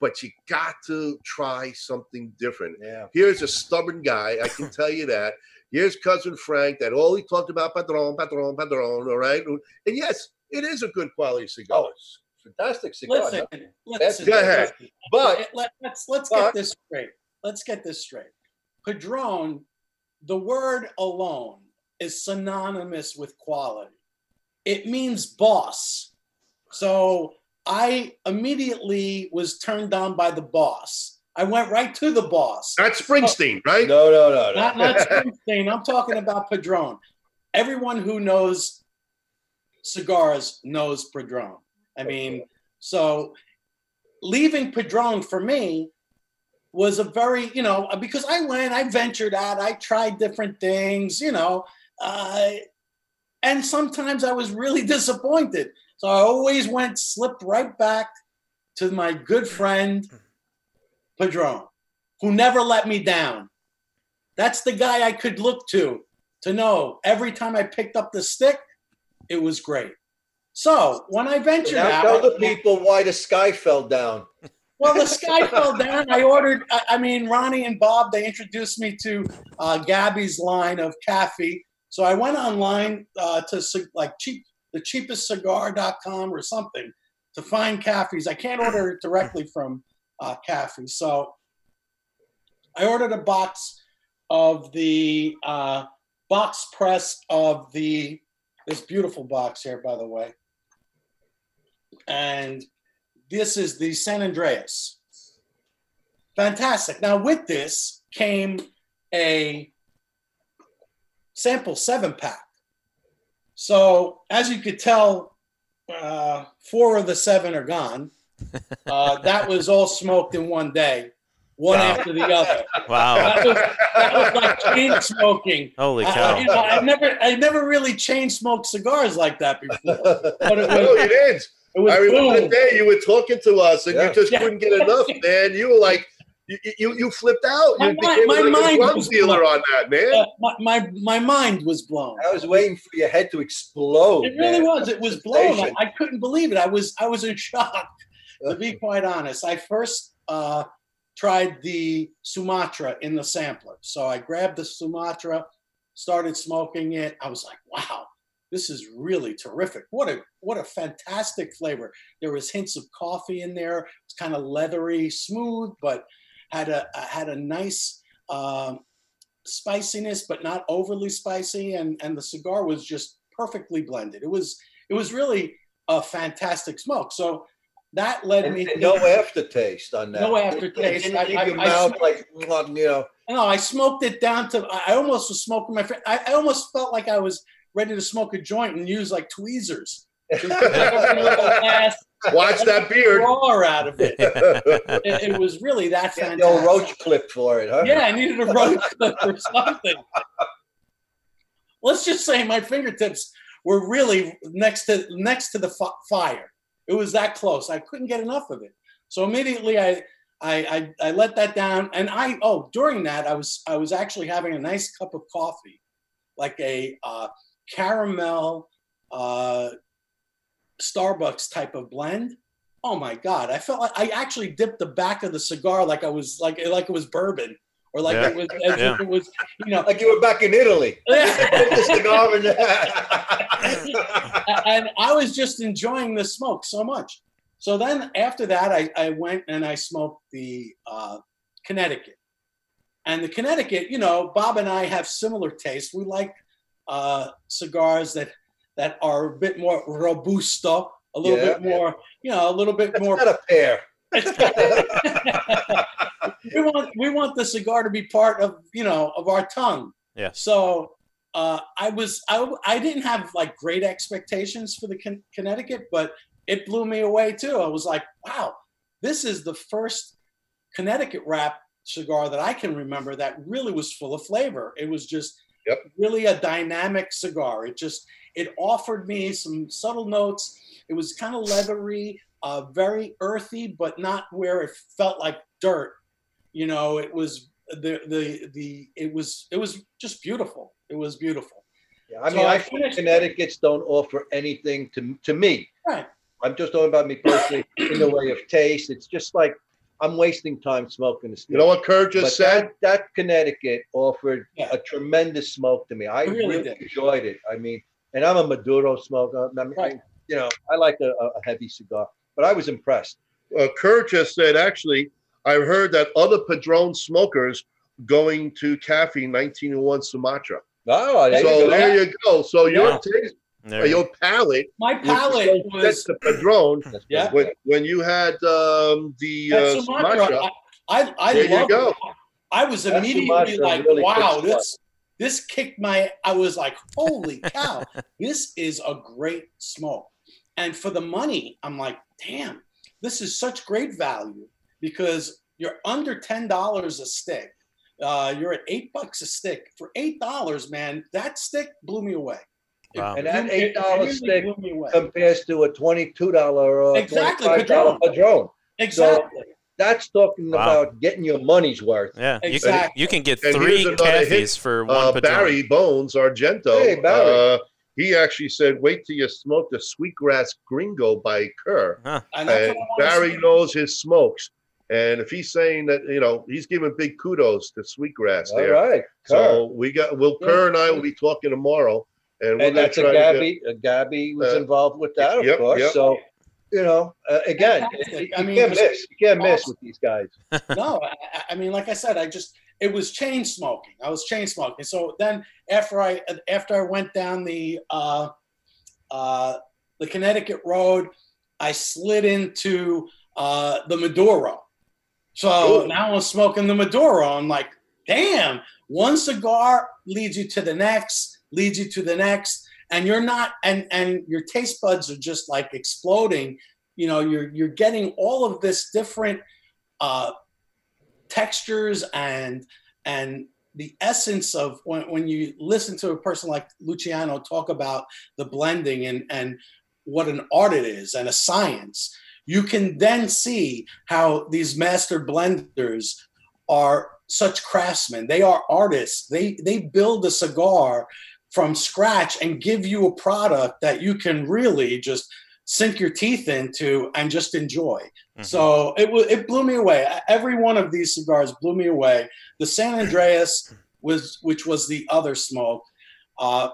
[SPEAKER 4] but you got to try something different.
[SPEAKER 3] yeah,
[SPEAKER 4] Here's a stubborn guy, I can tell you that. Here's cousin Frank, that all he talked about, Padron, Padron, Padron, all right? And yes, it is a good quality cigar.
[SPEAKER 3] Oh, it's fantastic cigar.
[SPEAKER 5] Listen,
[SPEAKER 3] That's-
[SPEAKER 5] listen.
[SPEAKER 4] Go ahead. But
[SPEAKER 5] Let- let's let's
[SPEAKER 4] but-
[SPEAKER 5] get this straight. Let's get this straight. Padron, the word alone is synonymous with quality. It means boss. So I immediately was turned down by the boss. I went right to the boss.
[SPEAKER 4] that's Springsteen,
[SPEAKER 5] Oh,
[SPEAKER 4] right?
[SPEAKER 3] No, no, no, no.
[SPEAKER 5] Not not Springsteen. I'm talking about Padron. Everyone who knows cigars knows Padron. I mean, so leaving Padron for me was a very, you know, because I went, I ventured out, I tried different things, you know, uh, and sometimes I was really disappointed. So I always went, slipped right back to my good friend Padron, who never let me down. That's the guy I could look to to know every time I picked up the stick, it was great. So when I ventured
[SPEAKER 3] Now
[SPEAKER 5] out,
[SPEAKER 3] tell the people why the sky fell down.
[SPEAKER 5] well, the sky fell down. I ordered. I, I mean, Ronnie and Bob they introduced me to uh, Gabby's line of caffeine. So I went online uh, to ci- like cheap the cheapest cigar.com or something to find cafes. I can't order it directly from uh, cafe. So I ordered a box of the uh, box press of the this beautiful box here, by the way, and this is the San Andreas. Fantastic. Now, with this came a sample seven pack. So, as you could tell, uh, four of the seven are gone. Uh, that was all smoked in one day, one
[SPEAKER 6] Wow.
[SPEAKER 5] after the other.
[SPEAKER 6] Wow.
[SPEAKER 5] That was, that was like chain smoking.
[SPEAKER 6] Holy
[SPEAKER 5] I,
[SPEAKER 6] cow.
[SPEAKER 5] you know, I never, I never really chain smoked cigars like that before. But it
[SPEAKER 4] No,
[SPEAKER 5] was,
[SPEAKER 4] it is.
[SPEAKER 5] it was
[SPEAKER 4] I remember
[SPEAKER 5] boom.
[SPEAKER 4] the day you were talking to us and
[SPEAKER 3] Yeah.
[SPEAKER 4] you just
[SPEAKER 5] Yeah.
[SPEAKER 4] couldn't get enough, man. You were like, you you, you flipped out.
[SPEAKER 5] My
[SPEAKER 4] you
[SPEAKER 5] mi-
[SPEAKER 4] became
[SPEAKER 5] my
[SPEAKER 4] like
[SPEAKER 5] mind
[SPEAKER 4] a drug
[SPEAKER 5] was
[SPEAKER 4] dealer on that, man.
[SPEAKER 5] Uh, my, my my mind was blown.
[SPEAKER 3] I was waiting for your head to explode.
[SPEAKER 5] It really
[SPEAKER 3] Oh, man.
[SPEAKER 5] was. It was blown. I,
[SPEAKER 3] Sensation.
[SPEAKER 5] I couldn't believe it. I was I was in shock. To be quite honest, I first uh, tried the Sumatra in the sampler. So I grabbed the Sumatra, started smoking it. I was like, wow, this is really terrific. What a what a fantastic flavor. There was hints of coffee in there. It's kind of leathery, smooth, but had a had a nice. Um, spiciness but not overly spicy and and the cigar was just perfectly blended it was it was really a fantastic smoke so that led
[SPEAKER 3] And-
[SPEAKER 5] me
[SPEAKER 3] and
[SPEAKER 5] to
[SPEAKER 3] no aftertaste on that.
[SPEAKER 5] No aftertaste.
[SPEAKER 3] It
[SPEAKER 5] I-
[SPEAKER 3] didn't leave
[SPEAKER 5] I-
[SPEAKER 3] your
[SPEAKER 5] I
[SPEAKER 3] mouth
[SPEAKER 5] smoked-
[SPEAKER 3] like, you know.
[SPEAKER 5] no i smoked it down to i I almost was smoking my fri- I, I almost felt like i was ready to smoke a joint and use like tweezers Just a little fast
[SPEAKER 4] Watch that beard.
[SPEAKER 5] roar out of it. it it was really
[SPEAKER 3] Get
[SPEAKER 5] that fantastic
[SPEAKER 3] the old roach clip for it, huh?
[SPEAKER 5] Yeah, I needed a road clip or something. Let's just say my fingertips were really next to next to the fi- fire. It was that close. I couldn't get enough of it. So immediately I, I I I let that down, and I oh during that I was I was actually having a nice cup of coffee, like a uh, caramel uh, Starbucks type of blend. Oh my god! I felt like I actually dipped the back of the cigar like I was like like it was bourbon or like
[SPEAKER 6] Yeah.
[SPEAKER 5] it was as
[SPEAKER 6] Yeah.
[SPEAKER 5] if it was you know
[SPEAKER 3] Like you were back in Italy. Put the cigar in
[SPEAKER 5] and I was just enjoying the smoke so much. So then after that, I, I went and I smoked the uh, Connecticut. And the Connecticut, you know, Bob and I have similar tastes. We like uh, cigars that that are a bit more robusto, a little
[SPEAKER 3] Yeah.
[SPEAKER 5] bit more, you know, a little bit more.
[SPEAKER 3] Not a pair.
[SPEAKER 5] we want we want the cigar to be part of you know of our tongue.
[SPEAKER 6] Yeah.
[SPEAKER 5] So uh, I was I, I didn't have like great expectations for the Con- Connecticut, but it blew me away too. I was like, wow, this is the first Connecticut wrap cigar that I can remember that really was full of flavor. It was just
[SPEAKER 4] Yep.
[SPEAKER 5] really a dynamic cigar. It just it offered me some subtle notes. It was kind of leathery, uh, very earthy, but not where it felt like dirt. You know, it was the the the it was it was just beautiful. It was beautiful.
[SPEAKER 3] Yeah, I
[SPEAKER 5] So
[SPEAKER 3] mean,
[SPEAKER 5] I
[SPEAKER 3] I think
[SPEAKER 5] finished-
[SPEAKER 3] Connecticut's don't offer anything to to me.
[SPEAKER 5] Right.
[SPEAKER 3] I'm just talking about me personally in the way of taste. It's just like I'm wasting time smoking this.
[SPEAKER 4] You know what Kurt just
[SPEAKER 3] But
[SPEAKER 4] said?
[SPEAKER 3] That, that Connecticut offered
[SPEAKER 5] Yeah.
[SPEAKER 3] a tremendous smoke to me. I
[SPEAKER 5] It really
[SPEAKER 3] really,
[SPEAKER 5] did.
[SPEAKER 3] enjoyed it. I mean, and I'm a Maduro smoker. I mean,
[SPEAKER 5] Right.
[SPEAKER 3] you know, I like a, a heavy cigar, but I was impressed.
[SPEAKER 4] uh, Kerr just said, actually, I've heard that other Padron smokers going to caffeine 1901 Sumatra.
[SPEAKER 3] Oh, there
[SPEAKER 4] so
[SPEAKER 3] you go.
[SPEAKER 4] there you go. So your
[SPEAKER 6] Yeah.
[SPEAKER 4] taste,
[SPEAKER 6] There
[SPEAKER 4] uh, your palate,
[SPEAKER 5] My
[SPEAKER 4] was
[SPEAKER 5] palate
[SPEAKER 4] so set
[SPEAKER 5] was
[SPEAKER 4] to Padron
[SPEAKER 3] That's
[SPEAKER 5] Yeah.
[SPEAKER 3] pretty
[SPEAKER 4] when,
[SPEAKER 3] good.
[SPEAKER 4] when you had um, the
[SPEAKER 5] that
[SPEAKER 4] uh,
[SPEAKER 5] Sumatra.
[SPEAKER 4] Sumatra.
[SPEAKER 5] I I, I
[SPEAKER 4] There you
[SPEAKER 5] loved
[SPEAKER 4] go.
[SPEAKER 5] it. I was
[SPEAKER 3] That
[SPEAKER 5] immediately
[SPEAKER 3] Sumatra
[SPEAKER 5] like,
[SPEAKER 3] really
[SPEAKER 5] wow,
[SPEAKER 3] kicks
[SPEAKER 5] this this kicked my. I was like, holy cow, this is a great smoke. And for the money, I'm like, damn, this is such great value because you're under ten dollars a stick. Uh, you're at eight bucks a stick. For eight dollars, man, that stick blew me away.
[SPEAKER 6] Wow.
[SPEAKER 3] And that
[SPEAKER 5] It- it
[SPEAKER 3] $8
[SPEAKER 5] really
[SPEAKER 3] stick um,
[SPEAKER 5] blew me away.
[SPEAKER 3] Compares to a $22 or
[SPEAKER 5] Exactly,
[SPEAKER 3] $25
[SPEAKER 5] Padron.
[SPEAKER 3] Padron.
[SPEAKER 5] Exactly.
[SPEAKER 3] That's talking
[SPEAKER 6] Wow.
[SPEAKER 3] about getting your money's worth.
[SPEAKER 6] Yeah, you-
[SPEAKER 5] Exactly.
[SPEAKER 6] You, can get
[SPEAKER 4] And
[SPEAKER 6] three
[SPEAKER 4] here's another hit.
[SPEAKER 6] cafes for one
[SPEAKER 4] Uh,
[SPEAKER 6] Padron.
[SPEAKER 4] Barry Bones, Argento.
[SPEAKER 3] Hey, Barry.
[SPEAKER 4] Uh, he actually said, wait till you smoke the Sweetgrass Gringo by Kerr.
[SPEAKER 5] And that's
[SPEAKER 4] And
[SPEAKER 5] what I wanna
[SPEAKER 4] Barry
[SPEAKER 5] see.
[SPEAKER 4] knows his smokes. And if he's saying that, you know, he's giving big kudos to Sweetgrass
[SPEAKER 3] All
[SPEAKER 4] there.
[SPEAKER 3] right.
[SPEAKER 4] So we got, well,
[SPEAKER 3] Yeah.
[SPEAKER 4] Kerr and I will be talking tomorrow. And we're
[SPEAKER 3] and
[SPEAKER 4] going
[SPEAKER 3] that's
[SPEAKER 4] to
[SPEAKER 3] a
[SPEAKER 4] try to get,
[SPEAKER 3] Gabby. A Gabby was
[SPEAKER 4] Uh,
[SPEAKER 3] involved with that, of
[SPEAKER 4] yep,
[SPEAKER 3] course.
[SPEAKER 4] yep.
[SPEAKER 3] So, you know, uh, again,
[SPEAKER 5] Fantastic.
[SPEAKER 3] you
[SPEAKER 5] I mean,
[SPEAKER 3] can't
[SPEAKER 5] just-
[SPEAKER 3] miss. You can't miss with these guys.
[SPEAKER 5] no, I, I- I mean, like I said, I just it was chain smoking. I was chain smoking. So then after I after I went down the uh, uh, the Connecticut road, I slid into uh, the Maduro. So
[SPEAKER 4] Ooh.
[SPEAKER 5] now I'm smoking the Maduro. I'm like, damn, one cigar leads you to the next, leads you to the next, and you're not and and your taste buds are just like exploding. You know, you're you're getting all of this different uh, textures and and the essence of when, when you listen to a person like Luciano talk about the blending and and what an art it is and a science, you can then see how these master blenders are such craftsmen. They are artists. They they build a cigar from scratch and give you a product that you can really just sink your teeth into and just enjoy.
[SPEAKER 6] Mhm.
[SPEAKER 5] So it wa- it blew me away. E, Every one of these cigars blew me away. The San Andreas was, which was the other smoke, uh,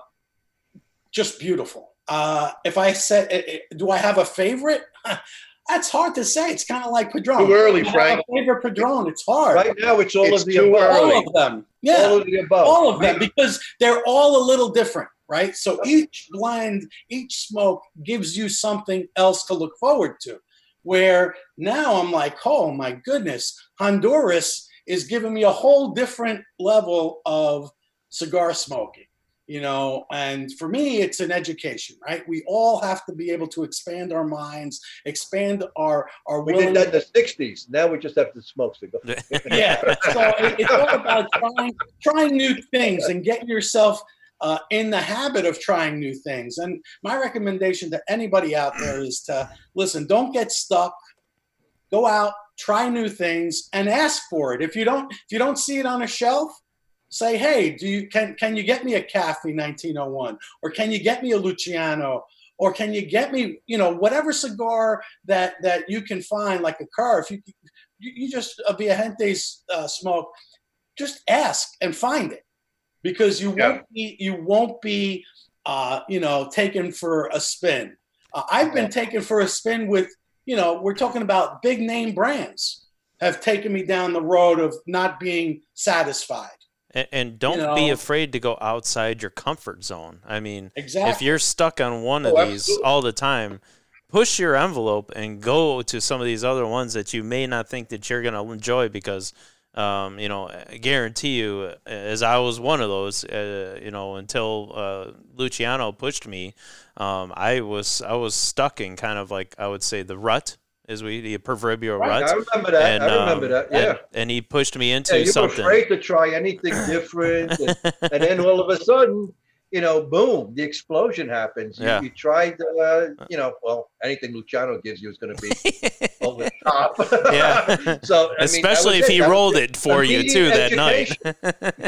[SPEAKER 5] just beautiful. Uh, if I said, eh, eh, do I have a favorite? That's hard to say. It's kind of like Padron.
[SPEAKER 4] Too early,
[SPEAKER 5] I have
[SPEAKER 4] Frank.
[SPEAKER 5] A favorite Padron. It's hard.
[SPEAKER 3] Right now, it's all
[SPEAKER 4] It's
[SPEAKER 3] of the
[SPEAKER 4] too
[SPEAKER 3] above.
[SPEAKER 4] early.
[SPEAKER 5] All of them. Yeah
[SPEAKER 3] All of the above.
[SPEAKER 5] all of them because they're all a little different, right? So each blend, each smoke gives you something else to look forward to. Where now I'm like, oh my goodness, Honduras is giving me a whole different level of cigar smoking, you know. And for me, it's an education, right? We all have to be able to expand our minds, expand our our
[SPEAKER 3] We did
[SPEAKER 5] willingness
[SPEAKER 3] that in the '60s. Now we just have to smoke cigars.
[SPEAKER 5] yeah. So it- it's all about trying, trying new things and getting yourself uh, in the habit of trying new things. And my recommendation to anybody out there is to listen, don't get stuck. Go out, try new things, and ask for it. If you don't, if you don't see it on a shelf, say, "Hey, do you can can you get me a Caffey 1901, or can you get me a Luciano, or can you get me, you know, whatever cigar that that you can find, like a car. If you you, you just a Viajente's uh, smoke, just ask and find it because you
[SPEAKER 4] Yeah.
[SPEAKER 5] won't be you won't be uh, you know taken for a spin. Uh, I've been taken for a spin with you know we're talking about big name brands have taken me down the road of not being satisfied.
[SPEAKER 6] And, and don't be
[SPEAKER 5] know.
[SPEAKER 6] afraid to go outside your comfort zone. I mean,
[SPEAKER 5] Exactly.
[SPEAKER 6] if you're stuck on one
[SPEAKER 4] Oh,
[SPEAKER 6] of these
[SPEAKER 4] absolutely.
[SPEAKER 6] all the time, push your envelope and go to some of these other ones that you may not think that you're going to enjoy because um, you know, I guarantee you, uh, as I was one of those, uh, you know, until uh, Luciano pushed me, um, I was I was stuck in kind of like I would say the rut, is we the proverbial
[SPEAKER 3] Right,
[SPEAKER 6] rut.
[SPEAKER 3] I remember that.
[SPEAKER 6] And,
[SPEAKER 3] I remember
[SPEAKER 6] um,
[SPEAKER 3] that.
[SPEAKER 6] and-
[SPEAKER 3] Yeah.
[SPEAKER 6] And, he pushed me into
[SPEAKER 3] Yeah, you were
[SPEAKER 6] something.
[SPEAKER 3] afraid to try anything different, and, and then all of a sudden, you know, boom, the explosion happens. You,
[SPEAKER 6] Yeah.
[SPEAKER 3] you tried, uh, you know, well, anything Luciano gives you is going to be over the top.
[SPEAKER 6] Yeah.
[SPEAKER 3] so I mean, that was
[SPEAKER 6] Especially if
[SPEAKER 3] it.
[SPEAKER 6] he
[SPEAKER 3] That was
[SPEAKER 6] rolled it for you too
[SPEAKER 3] Immediate
[SPEAKER 6] that night.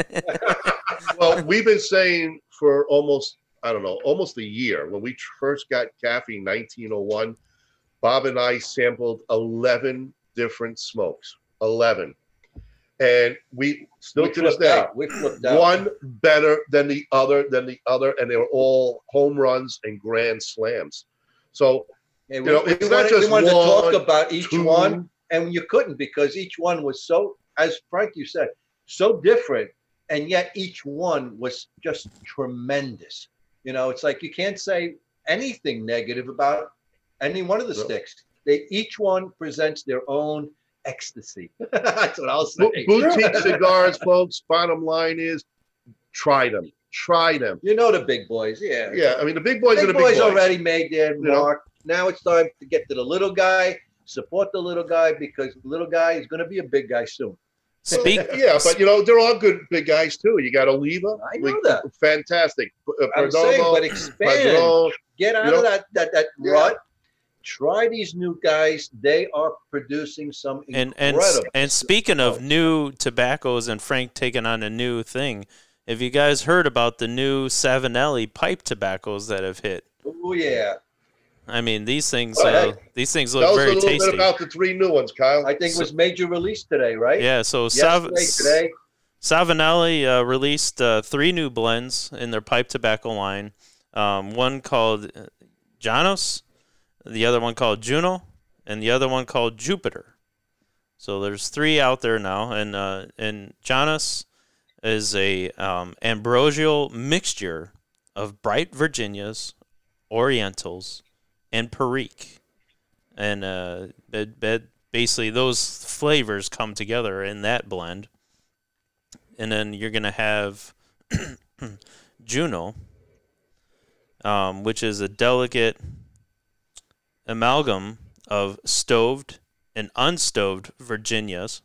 [SPEAKER 4] well, we've been saying for almost, I don't know, almost a year when we first got Caffey 1901, Bob and I sampled 11 different smokes, 11. And we still
[SPEAKER 3] We
[SPEAKER 4] to this
[SPEAKER 3] flipped
[SPEAKER 4] day,
[SPEAKER 3] out. We flipped out.
[SPEAKER 4] one better than the other, than the other. And they were all home runs and grand slams. So,
[SPEAKER 3] Hey, we,
[SPEAKER 4] you know,
[SPEAKER 3] we
[SPEAKER 4] it's not
[SPEAKER 3] wanted, we
[SPEAKER 4] just
[SPEAKER 3] wanted to
[SPEAKER 4] one,
[SPEAKER 3] talk about each
[SPEAKER 4] two.
[SPEAKER 3] one, and you couldn't because each one was so, as Frank you said, so different, and yet each one was just tremendous. You know, it's like you can't say anything negative about any one of the
[SPEAKER 4] No.
[SPEAKER 3] sticks. They each one presents their own ecstasy. That's what I'll say.
[SPEAKER 4] bo- boutique cigars, folks, bottom line is try them, try them.
[SPEAKER 3] you know the big boys, yeah.
[SPEAKER 4] Yeah, I mean, the big boys
[SPEAKER 3] big
[SPEAKER 4] are the big
[SPEAKER 3] boys,
[SPEAKER 4] boys.
[SPEAKER 3] already made their
[SPEAKER 4] You know?
[SPEAKER 3] mark. Now it's time to get to the little guy. Support the little guy because the little guy is going to be a big guy soon.
[SPEAKER 6] Speak.
[SPEAKER 4] Yeah, but you know they're all good big guys too. You got Oliva,
[SPEAKER 3] I know
[SPEAKER 4] we-
[SPEAKER 3] that.
[SPEAKER 4] fantastic. P- uh,
[SPEAKER 3] I'm saying,
[SPEAKER 4] Perdomo,
[SPEAKER 3] but expand.
[SPEAKER 4] Padron,
[SPEAKER 3] Get out
[SPEAKER 4] you know?
[SPEAKER 3] of that that that
[SPEAKER 4] Yeah.
[SPEAKER 3] rut. Try these new guys. They are producing some
[SPEAKER 6] and
[SPEAKER 3] incredible. Oh.
[SPEAKER 6] and and speaking of new tobaccos and Frank taking on a new thing, have you guys heard about the new Savinelli pipe tobaccos that have hit?
[SPEAKER 3] oh yeah,
[SPEAKER 6] I mean, these things
[SPEAKER 4] All
[SPEAKER 6] uh,
[SPEAKER 4] right.
[SPEAKER 6] these things
[SPEAKER 4] tell
[SPEAKER 6] look
[SPEAKER 4] us a
[SPEAKER 6] very
[SPEAKER 4] little
[SPEAKER 6] tasty.
[SPEAKER 4] bit about the three new ones, Kyle.
[SPEAKER 3] I think it
[SPEAKER 6] So-
[SPEAKER 3] was major release today, right?
[SPEAKER 6] yeah, so Sav-
[SPEAKER 3] Yesterday, today.
[SPEAKER 6] Savinelli uh, released uh, three new blends in their pipe tobacco line. Um, one called uh, Janos, the other one called Juno, and the other one called Jupiter. So there's three out there now, and uh, and Janos is a um, ambrosial mixture of bright Virginias, Orientals, and Perique, and uh, it- it- basically those flavors come together in that blend and then you're gonna have Juno, um, which is a delicate amalgam of stoved and unstoved Virginias,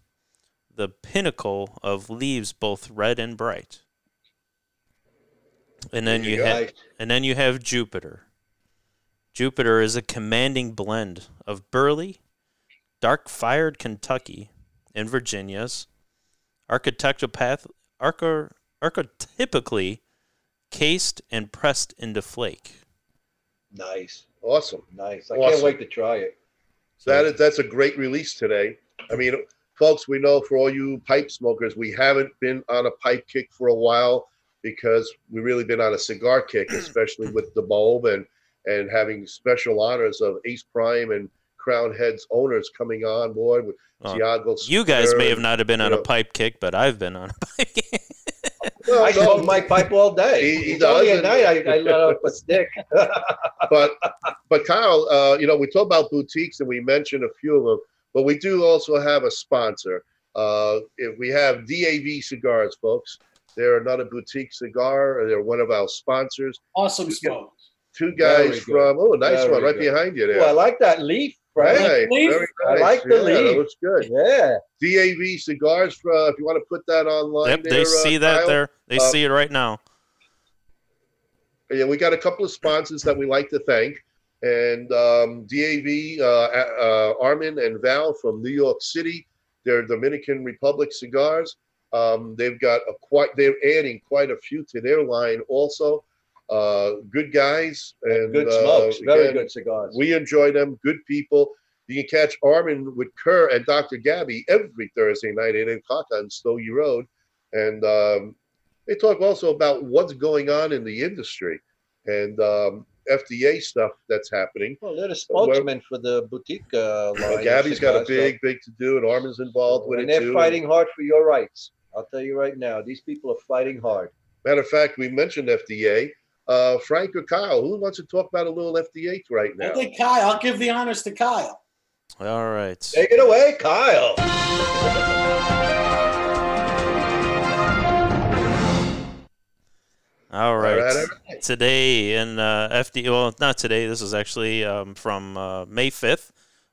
[SPEAKER 6] the pinnacle of leaves both red and bright. And then
[SPEAKER 4] There
[SPEAKER 6] you,
[SPEAKER 4] you go.
[SPEAKER 6] have, and then you have Jupiter. Jupiter is a commanding blend of burley, dark-fired Kentucky, and Virginias, architectural path archer, archetypically cased and pressed into flake.
[SPEAKER 3] Nice,
[SPEAKER 4] Awesome.
[SPEAKER 3] nice. I
[SPEAKER 4] Awesome.
[SPEAKER 3] can't wait to try it.
[SPEAKER 4] That is that's a great release today. I mean, folks, we know for all you pipe smokers, we haven't been on a pipe kick for a while because we've really been on a cigar kick, especially with the bulb and and having special honors of Ace Prime and Crown Heads owners coming on board with
[SPEAKER 6] Oh,
[SPEAKER 4] Tiago.
[SPEAKER 6] You guys may have not have been on a
[SPEAKER 4] Yeah.
[SPEAKER 6] pipe kick, but I've been on a pipe kick.
[SPEAKER 4] Well,
[SPEAKER 3] I
[SPEAKER 4] no,
[SPEAKER 3] smoke my pipe all day.
[SPEAKER 4] He- he
[SPEAKER 3] it's only at
[SPEAKER 4] does,
[SPEAKER 3] night
[SPEAKER 4] and-
[SPEAKER 3] I, I let off a stick.
[SPEAKER 4] but but Kyle, uh, you know, we talk about boutiques and we mentioned a few of them, but we do also have a sponsor. Uh, if we have DAV cigars, folks, they're another boutique cigar. They're one of our sponsors.
[SPEAKER 5] Awesome smoke.
[SPEAKER 4] Two
[SPEAKER 3] Very
[SPEAKER 4] guys
[SPEAKER 3] good.
[SPEAKER 4] from oh, nice
[SPEAKER 3] Very
[SPEAKER 4] one right
[SPEAKER 3] good.
[SPEAKER 4] behind you there.
[SPEAKER 3] Ooh, I like that leaf, right?
[SPEAKER 4] Hey,
[SPEAKER 5] Like the leaf?
[SPEAKER 4] very
[SPEAKER 3] I
[SPEAKER 4] nice.
[SPEAKER 3] like the
[SPEAKER 4] Yeah, that
[SPEAKER 3] leaf.
[SPEAKER 4] looks good.
[SPEAKER 3] Yeah.
[SPEAKER 4] DAV cigars. For, uh, if you want to put that online,
[SPEAKER 6] Yep,
[SPEAKER 4] there,
[SPEAKER 6] they
[SPEAKER 4] uh,
[SPEAKER 6] see that
[SPEAKER 4] Kyle.
[SPEAKER 6] there. They
[SPEAKER 4] Uh,
[SPEAKER 6] see it right now.
[SPEAKER 4] yeah, we got a couple of sponsors that we like to thank. And um, DAV, uh, uh, Armin and Val from New York City, they're Dominican Republic cigars. Um, they've got a quite, they're adding quite a few to their line also. Uh, good guys and
[SPEAKER 3] Good
[SPEAKER 4] uh,
[SPEAKER 3] smokes, very
[SPEAKER 4] again,
[SPEAKER 3] good cigars.
[SPEAKER 4] We enjoy them, good people. You can catch Armin with Kerr and Dr. Gabby every Thursday night at 8 o'clock on Stowey Road. And um, they talk also about what's going on in the industry and um, FDA stuff that's happening.
[SPEAKER 3] well, they're the spokesman for the boutique uh, line.
[SPEAKER 4] Uh,
[SPEAKER 3] of
[SPEAKER 4] Gabby's got a
[SPEAKER 3] cigars,
[SPEAKER 4] big, big to do, and Armin's
[SPEAKER 3] so-
[SPEAKER 4] involved with
[SPEAKER 3] and
[SPEAKER 4] it
[SPEAKER 3] they're
[SPEAKER 4] too.
[SPEAKER 3] fighting hard for your rights. I'll tell you right now, these people are fighting hard.
[SPEAKER 4] Matter of fact, we mentioned FDA. Uh, Frank or Kyle, who wants to talk about a little FDA right
[SPEAKER 5] I
[SPEAKER 4] now?
[SPEAKER 5] think Kyle. I'll give the honors to Kyle.
[SPEAKER 6] All right.
[SPEAKER 3] Take it away, Kyle.
[SPEAKER 6] All right.
[SPEAKER 4] right, all
[SPEAKER 6] Today in uh, FD, well, not today. This is actually um, from uh, May 5th.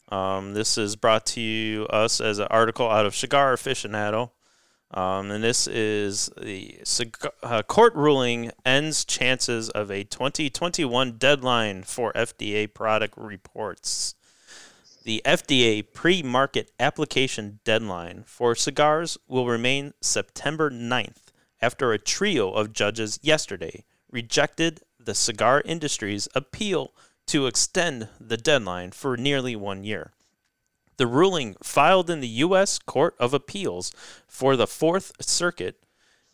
[SPEAKER 6] Um, this is brought to you us as an article out of Cigar Aficionado. Um, and this is the cigar, uh, court ruling ends chances of a 2021 deadline for FDA product reports. The FDA pre market application deadline for cigars will remain September 9th after a trio of judges yesterday rejected the cigar industry's appeal to extend the deadline for nearly one year. The ruling filed in the U.S. Court of Appeals for the Fourth Circuit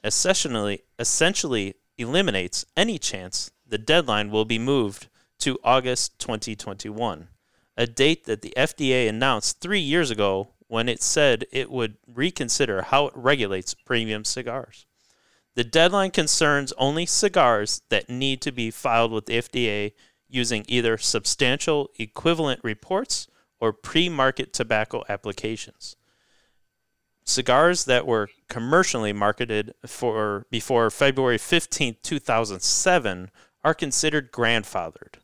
[SPEAKER 6] essentially, essentially eliminates any chance the deadline will be moved to August 2021, a date that the FDA announced three years ago when it said it would reconsider how it regulates premium cigars. The deadline concerns only cigars that need to be filed with the FDA using either substantial equivalent reports or pre market tobacco applications. Cigars that were commercially marketed for before February 15, 2007 are considered grandfathered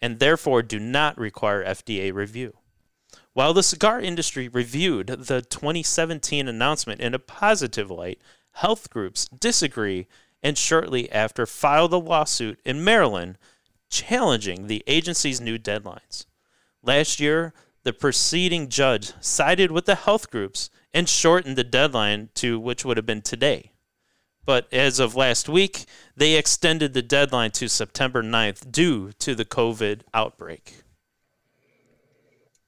[SPEAKER 6] and therefore do not require FDA review. While the cigar industry reviewed the 2017 announcement in a positive light, health groups disagree and shortly after filed a lawsuit in Maryland challenging the agency's new deadlines. Last year, the preceding judge sided with the health groups and shortened the deadline to which would have been today. But as of last week, they extended the deadline to September 9th due to the COVID outbreak.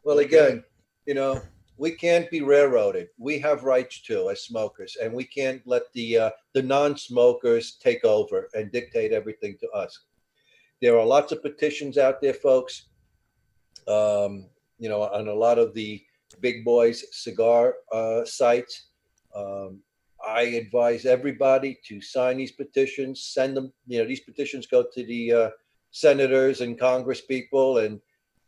[SPEAKER 3] Well, again, you know, we can't be railroaded. We have rights too as smokers, and we can't let the uh, the non-smokers take over and dictate everything to us. There are lots of petitions out there, folks. Um, you know, on a lot of the big boys cigar uh, sites. Um, I advise everybody to sign these petitions. Send them. You know, these petitions go to the uh, senators and Congress people, and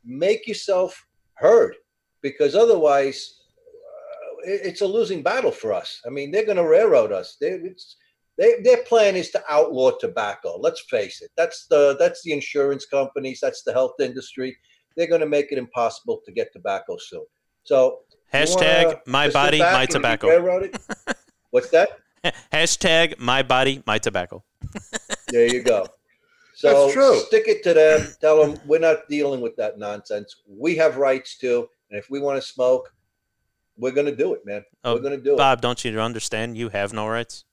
[SPEAKER 3] make yourself heard because otherwise uh, it- it's a losing battle for us. I mean, they're going to railroad us. They, it's, they, their plan is to outlaw tobacco. Let's face it. That's the that's the insurance companies. That's the health industry. They're going to make it impossible to get tobacco soon. So you wanna
[SPEAKER 6] Hashtag my
[SPEAKER 3] just sit
[SPEAKER 6] body,
[SPEAKER 3] back
[SPEAKER 6] my
[SPEAKER 3] and be
[SPEAKER 6] tobacco.
[SPEAKER 3] railroaded? What's that?
[SPEAKER 6] Hashtag my body, my tobacco.
[SPEAKER 3] There you go. So
[SPEAKER 4] That's true.
[SPEAKER 3] stick it to them. Tell them we're not dealing with that nonsense. We have rights too, and if we want to smoke, we're going to do it, man.
[SPEAKER 6] Oh,
[SPEAKER 3] we're going to do
[SPEAKER 6] Bob, don't you understand? You have no rights.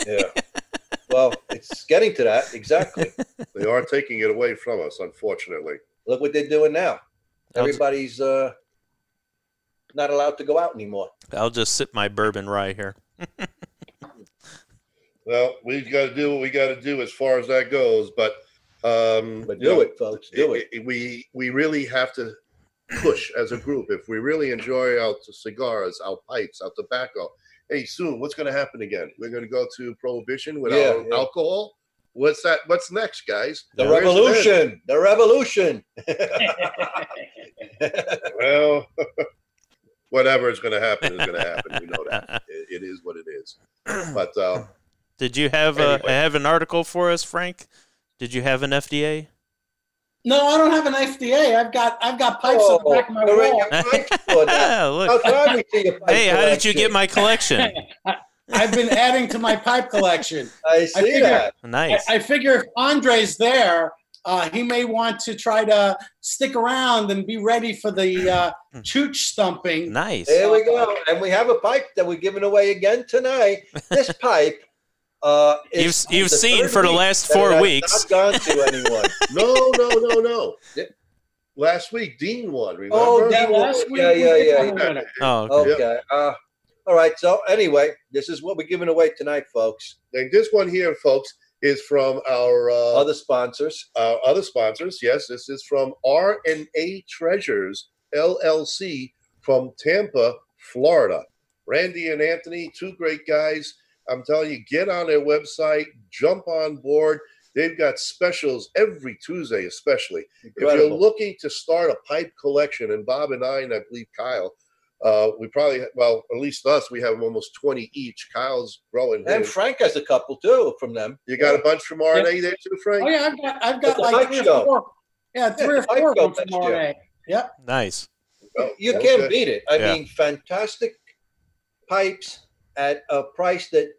[SPEAKER 3] it. Yeah. well, it's getting to that exactly.
[SPEAKER 4] They are taking it away from us, unfortunately.
[SPEAKER 3] Look what they're doing now.
[SPEAKER 6] I'll,
[SPEAKER 3] Everybody's uh, not allowed to go out anymore.
[SPEAKER 6] I'll just sip my bourbon rye here.
[SPEAKER 4] Well, we've got to do what we got to do as far as that goes, but um,
[SPEAKER 3] But
[SPEAKER 4] you know,
[SPEAKER 3] do it, folks. Do it.
[SPEAKER 4] i- i- We we really have to push as a group if we really enjoy our cigars, our pipes, our tobacco. Hey, soon, what's going to happen again? We're going to go to prohibition without
[SPEAKER 3] Yeah, yeah.
[SPEAKER 4] alcohol. What's that? What's next, guys?
[SPEAKER 3] The
[SPEAKER 4] Where's that?
[SPEAKER 3] revolution. The revolution.
[SPEAKER 4] Well, whatever is going to happen is going to happen. We know that it, it is what it is. But uh,
[SPEAKER 6] Did you have a,
[SPEAKER 4] Anyway.
[SPEAKER 6] have an article for us, Frank? Did you have an FDA?
[SPEAKER 5] No, I don't have an FDA. I've got I've got pipes in
[SPEAKER 6] Oh.
[SPEAKER 5] the back of my
[SPEAKER 3] you're Oh, in
[SPEAKER 5] wall.
[SPEAKER 3] your right for that. How
[SPEAKER 6] Ah, Look,
[SPEAKER 3] come we see your pipe
[SPEAKER 6] hey, how did
[SPEAKER 3] collection?
[SPEAKER 6] you get my collection?
[SPEAKER 5] I've been adding to my pipe collection.
[SPEAKER 3] I see
[SPEAKER 5] figure-
[SPEAKER 3] that.
[SPEAKER 5] I,
[SPEAKER 6] nice.
[SPEAKER 5] I figure if Andre's there, uh, he may want to try to stick around and be ready for the uh, chooch stumping.
[SPEAKER 6] Nice.
[SPEAKER 3] There we go. And we have a pipe that we're giving away again tonight. This pipe. Uh,
[SPEAKER 6] You've,
[SPEAKER 3] is
[SPEAKER 6] you've
[SPEAKER 3] the
[SPEAKER 6] seen
[SPEAKER 3] third
[SPEAKER 6] for the
[SPEAKER 3] week
[SPEAKER 6] last
[SPEAKER 3] that it
[SPEAKER 6] four
[SPEAKER 3] has
[SPEAKER 6] weeks.
[SPEAKER 3] Not gone to anyone.
[SPEAKER 4] no, no, no, no.
[SPEAKER 3] Yeah.
[SPEAKER 4] Last week, Dean won. Remember?
[SPEAKER 3] Oh,
[SPEAKER 5] That
[SPEAKER 3] Dean
[SPEAKER 5] last week,
[SPEAKER 3] Yeah,
[SPEAKER 5] we
[SPEAKER 3] yeah,
[SPEAKER 5] did
[SPEAKER 3] yeah,
[SPEAKER 5] have a
[SPEAKER 4] yeah.
[SPEAKER 5] winner.
[SPEAKER 6] Oh, okay.
[SPEAKER 3] Okay. Uh, all right. So anyway, this is what we're giving away tonight, folks.
[SPEAKER 4] And this one here, folks, is from our uh,
[SPEAKER 3] Other sponsors.
[SPEAKER 4] our other sponsors. Yes, this is from R and A Treasures LLC from Tampa, Florida. Randy and Anthony, two great guys. I'm telling you, get on their website, jump on board. They've got specials every Tuesday, especially. If you're
[SPEAKER 3] Incredible.
[SPEAKER 4] looking to start a pipe collection, and Bob and I, and I believe Kyle, Uh, we probably, well, at least us, we have almost 20 each. Kyle's growing.
[SPEAKER 3] And
[SPEAKER 4] his.
[SPEAKER 3] Frank has a couple too from them.
[SPEAKER 4] You got a bunch from RNA there too, Frank?
[SPEAKER 5] Oh yeah, I've got I've got
[SPEAKER 3] It's a
[SPEAKER 5] like
[SPEAKER 3] pipe
[SPEAKER 5] three or
[SPEAKER 3] show.
[SPEAKER 5] four. Yeah, three or
[SPEAKER 3] it's a pipe
[SPEAKER 5] four of
[SPEAKER 3] show
[SPEAKER 5] them from
[SPEAKER 3] next year.
[SPEAKER 5] RNA.
[SPEAKER 6] Nice.
[SPEAKER 4] Oh,
[SPEAKER 3] You
[SPEAKER 4] okay.
[SPEAKER 3] can't beat it. I
[SPEAKER 6] Yeah.
[SPEAKER 3] mean, fantastic pipes at a price that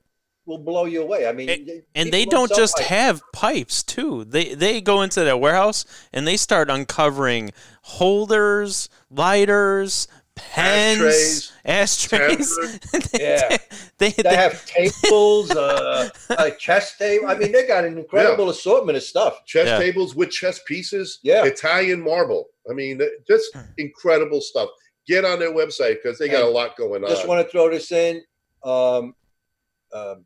[SPEAKER 3] will blow you away. I mean,
[SPEAKER 6] And-
[SPEAKER 3] th-
[SPEAKER 6] And they
[SPEAKER 3] people
[SPEAKER 6] don't
[SPEAKER 3] sell
[SPEAKER 6] just
[SPEAKER 3] pipes.
[SPEAKER 6] have pipes too. They they go into that warehouse and they start uncovering holders, lighters, pens, ashtrays.
[SPEAKER 3] Yeah.
[SPEAKER 6] they,
[SPEAKER 3] They
[SPEAKER 6] they-
[SPEAKER 3] have tables, uh, a chess table. I mean, they got an incredible assortment of stuff.
[SPEAKER 4] Chess
[SPEAKER 6] Yeah.
[SPEAKER 4] tables with chess pieces.
[SPEAKER 3] Yeah.
[SPEAKER 4] Italian marble. I mean, just incredible stuff. Get on their website because they got a
[SPEAKER 3] And
[SPEAKER 4] lot going on.
[SPEAKER 3] Just want to throw this in. Um, um,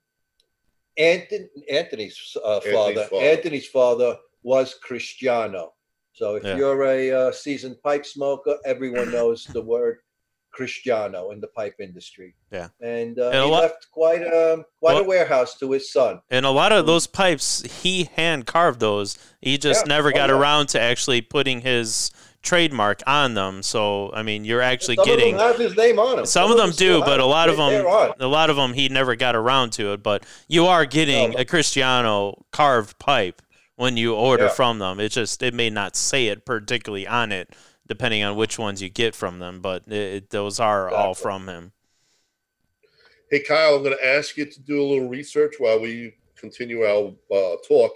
[SPEAKER 3] Anthony, Anthony's uh,
[SPEAKER 4] Anthony's
[SPEAKER 3] father,
[SPEAKER 4] father.
[SPEAKER 3] Anthony's father was Cristiano. So if
[SPEAKER 6] Yeah.
[SPEAKER 3] you're a uh, seasoned pipe smoker, everyone knows the word Cristiano in the pipe industry.
[SPEAKER 6] Yeah.
[SPEAKER 3] and, uh,
[SPEAKER 6] And a
[SPEAKER 3] he
[SPEAKER 6] lot-
[SPEAKER 3] left quite a quite
[SPEAKER 6] Well-
[SPEAKER 3] a warehouse to his son.
[SPEAKER 6] and a lot of those pipes, he hand carved those. He just
[SPEAKER 3] Yeah.
[SPEAKER 6] never
[SPEAKER 3] Oh,
[SPEAKER 6] got
[SPEAKER 3] yeah.
[SPEAKER 6] around to actually putting his trademark on them. So I mean, you're actually
[SPEAKER 3] Some
[SPEAKER 6] getting
[SPEAKER 3] of them have his name on them.
[SPEAKER 6] Some of them do,
[SPEAKER 3] still have
[SPEAKER 6] but a lot
[SPEAKER 3] it.
[SPEAKER 6] of them,
[SPEAKER 3] They're on.
[SPEAKER 6] a lot of them, he never got around to it. But you are getting
[SPEAKER 3] No.
[SPEAKER 6] a Cristiano carved pipe when you order
[SPEAKER 3] Yeah.
[SPEAKER 6] from them. It just it may not say it particularly on it, depending on which ones you get from them. But it, those are all
[SPEAKER 3] Exactly.
[SPEAKER 6] from him.
[SPEAKER 4] Hey, Kyle, I'm going to ask you to do a little research while we continue our uh, talk.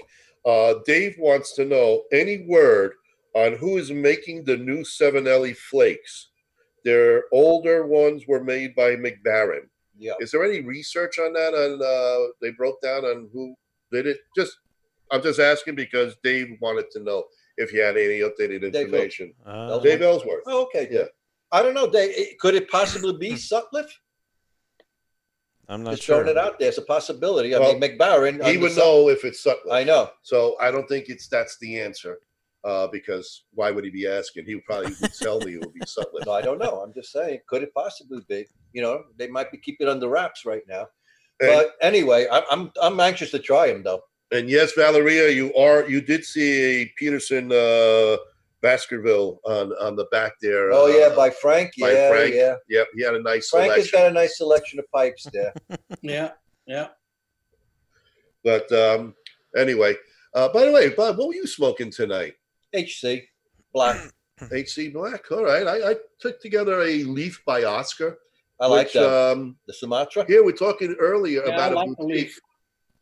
[SPEAKER 4] Uh, Dave wants to know any word on who is making the new Sevenelli flakes? Their older ones were made by McBaron.
[SPEAKER 3] Yeah.
[SPEAKER 4] Is there any research on that? And uh, they broke down on who did it? Just, I'm just asking because Dave wanted to know if you had any updated
[SPEAKER 3] Dave Hill.
[SPEAKER 4] information.
[SPEAKER 6] Uh,
[SPEAKER 3] Those-
[SPEAKER 4] Dave Ellsworth.
[SPEAKER 3] Oh, okay.
[SPEAKER 4] Yeah.
[SPEAKER 3] I don't know. They, it- could it possibly be Sutcliffe?
[SPEAKER 6] I'm not
[SPEAKER 3] Just
[SPEAKER 6] sure.
[SPEAKER 3] throwing it out there as a possibility. I
[SPEAKER 4] Well,
[SPEAKER 3] mean, McBarron. on
[SPEAKER 4] He
[SPEAKER 3] the
[SPEAKER 4] would
[SPEAKER 3] Sut-
[SPEAKER 4] know if it's Sutcliffe.
[SPEAKER 3] I know.
[SPEAKER 4] So I don't think it's that's the answer, uh, because why would he be asking? He would probably would tell me it would be Sutcliffe.
[SPEAKER 3] No, I don't know. I'm just saying, could it possibly be? You know, they might be keeping it under wraps right now.
[SPEAKER 4] And,
[SPEAKER 3] But anyway, I, I'm I'm anxious to try him though.
[SPEAKER 4] and yes, Valeria, you are you did see a Peterson uh, Baskerville on on the back there.
[SPEAKER 3] Oh
[SPEAKER 4] uh,
[SPEAKER 3] yeah, by Frank.
[SPEAKER 4] by
[SPEAKER 3] yeah,
[SPEAKER 4] Frank.
[SPEAKER 3] yeah.
[SPEAKER 4] yep, he had a nice
[SPEAKER 3] Frank has
[SPEAKER 4] selection.
[SPEAKER 3] got a nice selection of pipes there.
[SPEAKER 5] Yeah, yeah.
[SPEAKER 4] but um, anyway, uh, by the way, Bob, what were you smoking tonight?
[SPEAKER 3] HC Black.
[SPEAKER 4] HC Black. All right, I, I took together a leaf by Oscar.
[SPEAKER 3] I like
[SPEAKER 4] which,
[SPEAKER 3] them.
[SPEAKER 4] um,
[SPEAKER 3] the Sumatra.
[SPEAKER 4] yeah, we're talking earlier
[SPEAKER 5] Yeah, I
[SPEAKER 4] about a
[SPEAKER 5] like the
[SPEAKER 4] boutique.
[SPEAKER 5] leaf.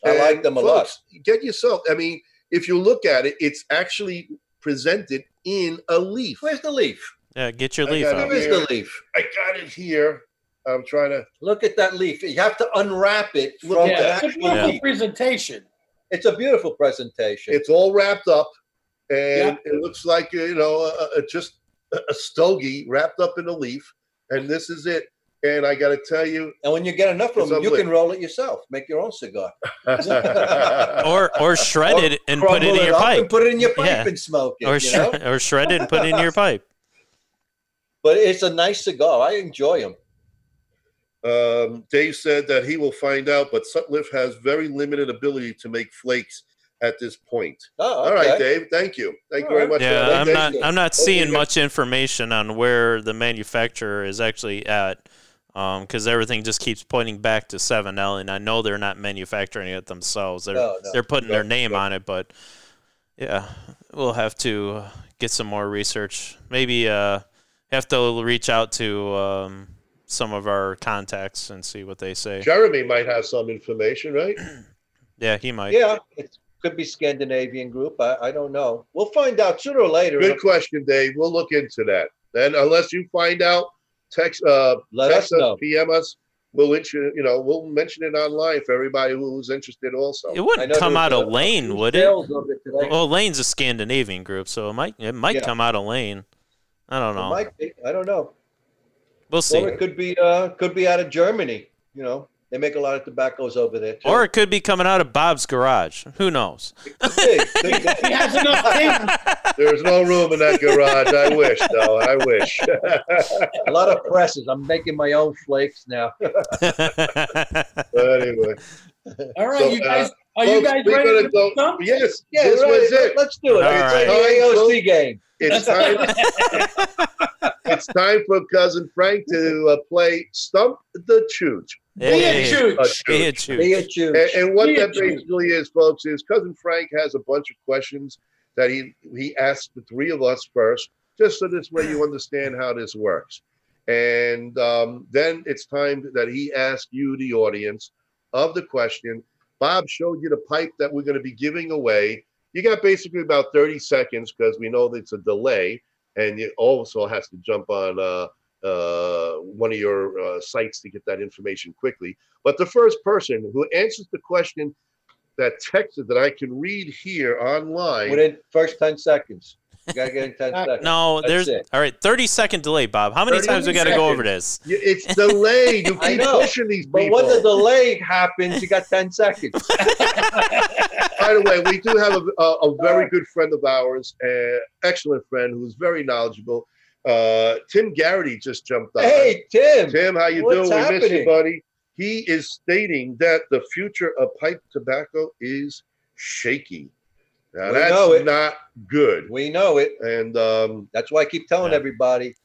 [SPEAKER 3] I like
[SPEAKER 4] And
[SPEAKER 3] them a lot.
[SPEAKER 4] folks, Get yourself. I mean, if you look at it, it's actually presented in a leaf.
[SPEAKER 3] Where's the leaf?
[SPEAKER 6] yeah, get your
[SPEAKER 4] I
[SPEAKER 6] leaf
[SPEAKER 4] got
[SPEAKER 6] out.
[SPEAKER 3] Where is the
[SPEAKER 4] Here.
[SPEAKER 3] leaf?
[SPEAKER 4] I got it here. I'm trying to.
[SPEAKER 3] Look at that leaf. You have to unwrap it from
[SPEAKER 4] Look
[SPEAKER 3] the
[SPEAKER 4] at
[SPEAKER 5] Yeah,
[SPEAKER 4] that.
[SPEAKER 5] it's a
[SPEAKER 3] actual
[SPEAKER 5] beautiful
[SPEAKER 3] leaf.
[SPEAKER 5] presentation.
[SPEAKER 3] It's a beautiful presentation.
[SPEAKER 4] It's all wrapped up, and
[SPEAKER 5] Yeah.
[SPEAKER 4] it looks like you know, a, a, just a a stogie wrapped up in a leaf. And this is it. And I got to tell you,
[SPEAKER 3] and when you get enough of
[SPEAKER 4] It's
[SPEAKER 3] them, you can
[SPEAKER 4] unbelievable.
[SPEAKER 3] roll it yourself. Make your own cigar.
[SPEAKER 4] I
[SPEAKER 6] Or or shred it and put it
[SPEAKER 3] Crumble
[SPEAKER 6] in your
[SPEAKER 3] up
[SPEAKER 6] pipe.
[SPEAKER 3] And put it in your pipe
[SPEAKER 6] Yeah.
[SPEAKER 3] and smoke it.
[SPEAKER 6] or
[SPEAKER 3] you know?
[SPEAKER 6] sh- or shred it and put it in your pipe.
[SPEAKER 3] but it's a nice cigar. I enjoy them.
[SPEAKER 4] Um, Dave said that he will find out, but Sutliff has very limited ability to make flakes at this point.
[SPEAKER 3] Oh,
[SPEAKER 4] All
[SPEAKER 3] okay.
[SPEAKER 4] right, Dave. Thank you. Thank
[SPEAKER 3] All
[SPEAKER 4] you
[SPEAKER 3] right.
[SPEAKER 4] very much. for that.
[SPEAKER 6] Yeah, I'm
[SPEAKER 4] Thank
[SPEAKER 6] not.
[SPEAKER 4] you.
[SPEAKER 6] I'm not
[SPEAKER 4] Okay,
[SPEAKER 6] seeing
[SPEAKER 4] guys.
[SPEAKER 6] much information on where the manufacturer is actually at, because everything just keeps pointing back to 7L, and I know they're not manufacturing it themselves. They're
[SPEAKER 3] No, no.
[SPEAKER 6] they're putting their
[SPEAKER 4] No,
[SPEAKER 6] name
[SPEAKER 4] no.
[SPEAKER 6] on it, but yeah, we'll have to uh, get some more research. Maybe uh, have to reach out to um, some of our contacts and see what they say.
[SPEAKER 4] Jeremy might have some information, right?
[SPEAKER 6] Yeah, he might.
[SPEAKER 3] Yeah, it could be Scandinavian group. I, I don't know. We'll find out sooner or later.
[SPEAKER 4] Good question, Dave. We'll look into that. And unless you find out, text, uh,
[SPEAKER 3] Let us
[SPEAKER 4] text us,
[SPEAKER 3] know.
[SPEAKER 4] PM us. We'll intro, you know, we'll mention it online for everybody who's interested. Also,
[SPEAKER 6] It
[SPEAKER 3] I
[SPEAKER 6] wouldn't
[SPEAKER 3] know
[SPEAKER 6] come
[SPEAKER 3] there
[SPEAKER 6] out
[SPEAKER 3] was
[SPEAKER 6] of
[SPEAKER 3] a-
[SPEAKER 6] Lane,
[SPEAKER 3] Two
[SPEAKER 6] would it?
[SPEAKER 3] sales of it today.
[SPEAKER 6] Well, Lane's a Scandinavian group, so it might it might
[SPEAKER 3] Yeah.
[SPEAKER 6] come out of Lane. I don't
[SPEAKER 3] It
[SPEAKER 6] know.
[SPEAKER 3] might be. I don't know.
[SPEAKER 6] we'll see.
[SPEAKER 3] Or it could be uh, could be out of Germany. You know, they make a lot of tobaccos over there. Too.
[SPEAKER 6] Or it could be coming out of Bob's garage. Who knows?
[SPEAKER 3] Hey, think that-
[SPEAKER 5] He has enough things.
[SPEAKER 4] there's no room in that garage. I wish, though. I wish.
[SPEAKER 3] a lot of presses. I'm making my own flakes now.
[SPEAKER 4] but anyway,
[SPEAKER 5] All right,
[SPEAKER 4] So,
[SPEAKER 3] uh,
[SPEAKER 5] you guys. Are
[SPEAKER 4] folks,
[SPEAKER 5] you guys
[SPEAKER 4] we're
[SPEAKER 5] ready
[SPEAKER 4] gonna
[SPEAKER 5] to
[SPEAKER 4] go-
[SPEAKER 5] go?
[SPEAKER 4] yes,
[SPEAKER 3] Yeah,
[SPEAKER 4] this
[SPEAKER 3] right,
[SPEAKER 4] was it.
[SPEAKER 3] Let's do it.
[SPEAKER 6] All
[SPEAKER 3] it's
[SPEAKER 6] right.
[SPEAKER 3] like the AOC game.
[SPEAKER 4] It's time. it's time for cousin Frank to uh, play Stump the Chooch.
[SPEAKER 5] Be a
[SPEAKER 6] Hey,
[SPEAKER 5] chooch.
[SPEAKER 4] Uh,
[SPEAKER 6] be a
[SPEAKER 4] Chooch.
[SPEAKER 6] chooch.
[SPEAKER 3] Be a Jew.
[SPEAKER 4] And, and what
[SPEAKER 5] Yeah,
[SPEAKER 4] that
[SPEAKER 5] true.
[SPEAKER 4] basically is, folks, is cousin Frank has a bunch of questions that he he asked the three of us first, just so this way you understand how this works. And um, then it's time that he asks you, the audience, of the question. Bob showed you the pipe that we're going to be giving away. You got basically about 30 seconds because we know that it's a delay, and you also has to jump on uh, uh, one of your uh, sites to get that information quickly. But the first person who answers the question that texted that I can read here online.
[SPEAKER 3] Within first 10 seconds. You got to get in 10 seconds.
[SPEAKER 6] No,
[SPEAKER 3] That's
[SPEAKER 6] there's
[SPEAKER 3] it.
[SPEAKER 6] all right. Thirty second delay, Bob. How many
[SPEAKER 4] 30
[SPEAKER 6] times we got to go over this?
[SPEAKER 4] You- It's delayed. You
[SPEAKER 3] I
[SPEAKER 4] keep
[SPEAKER 3] know.
[SPEAKER 4] pushing these
[SPEAKER 3] But
[SPEAKER 4] people.
[SPEAKER 3] when the delay happens, you got 10 seconds.
[SPEAKER 4] By the way, we do have a, a, a very good friend of ours, an excellent friend who's very knowledgeable. Uh, Tim Garrity just jumped on.
[SPEAKER 3] hey, Tim.
[SPEAKER 4] Tim, how you
[SPEAKER 3] what's
[SPEAKER 4] doing? We miss you,
[SPEAKER 3] happening?
[SPEAKER 4] buddy. He is stating that the future of pipe tobacco is shaky. Now
[SPEAKER 3] We
[SPEAKER 4] that's
[SPEAKER 3] know it.
[SPEAKER 4] not good.
[SPEAKER 3] We know it.
[SPEAKER 4] And um,
[SPEAKER 3] That's why I keep telling
[SPEAKER 6] Yeah.
[SPEAKER 3] everybody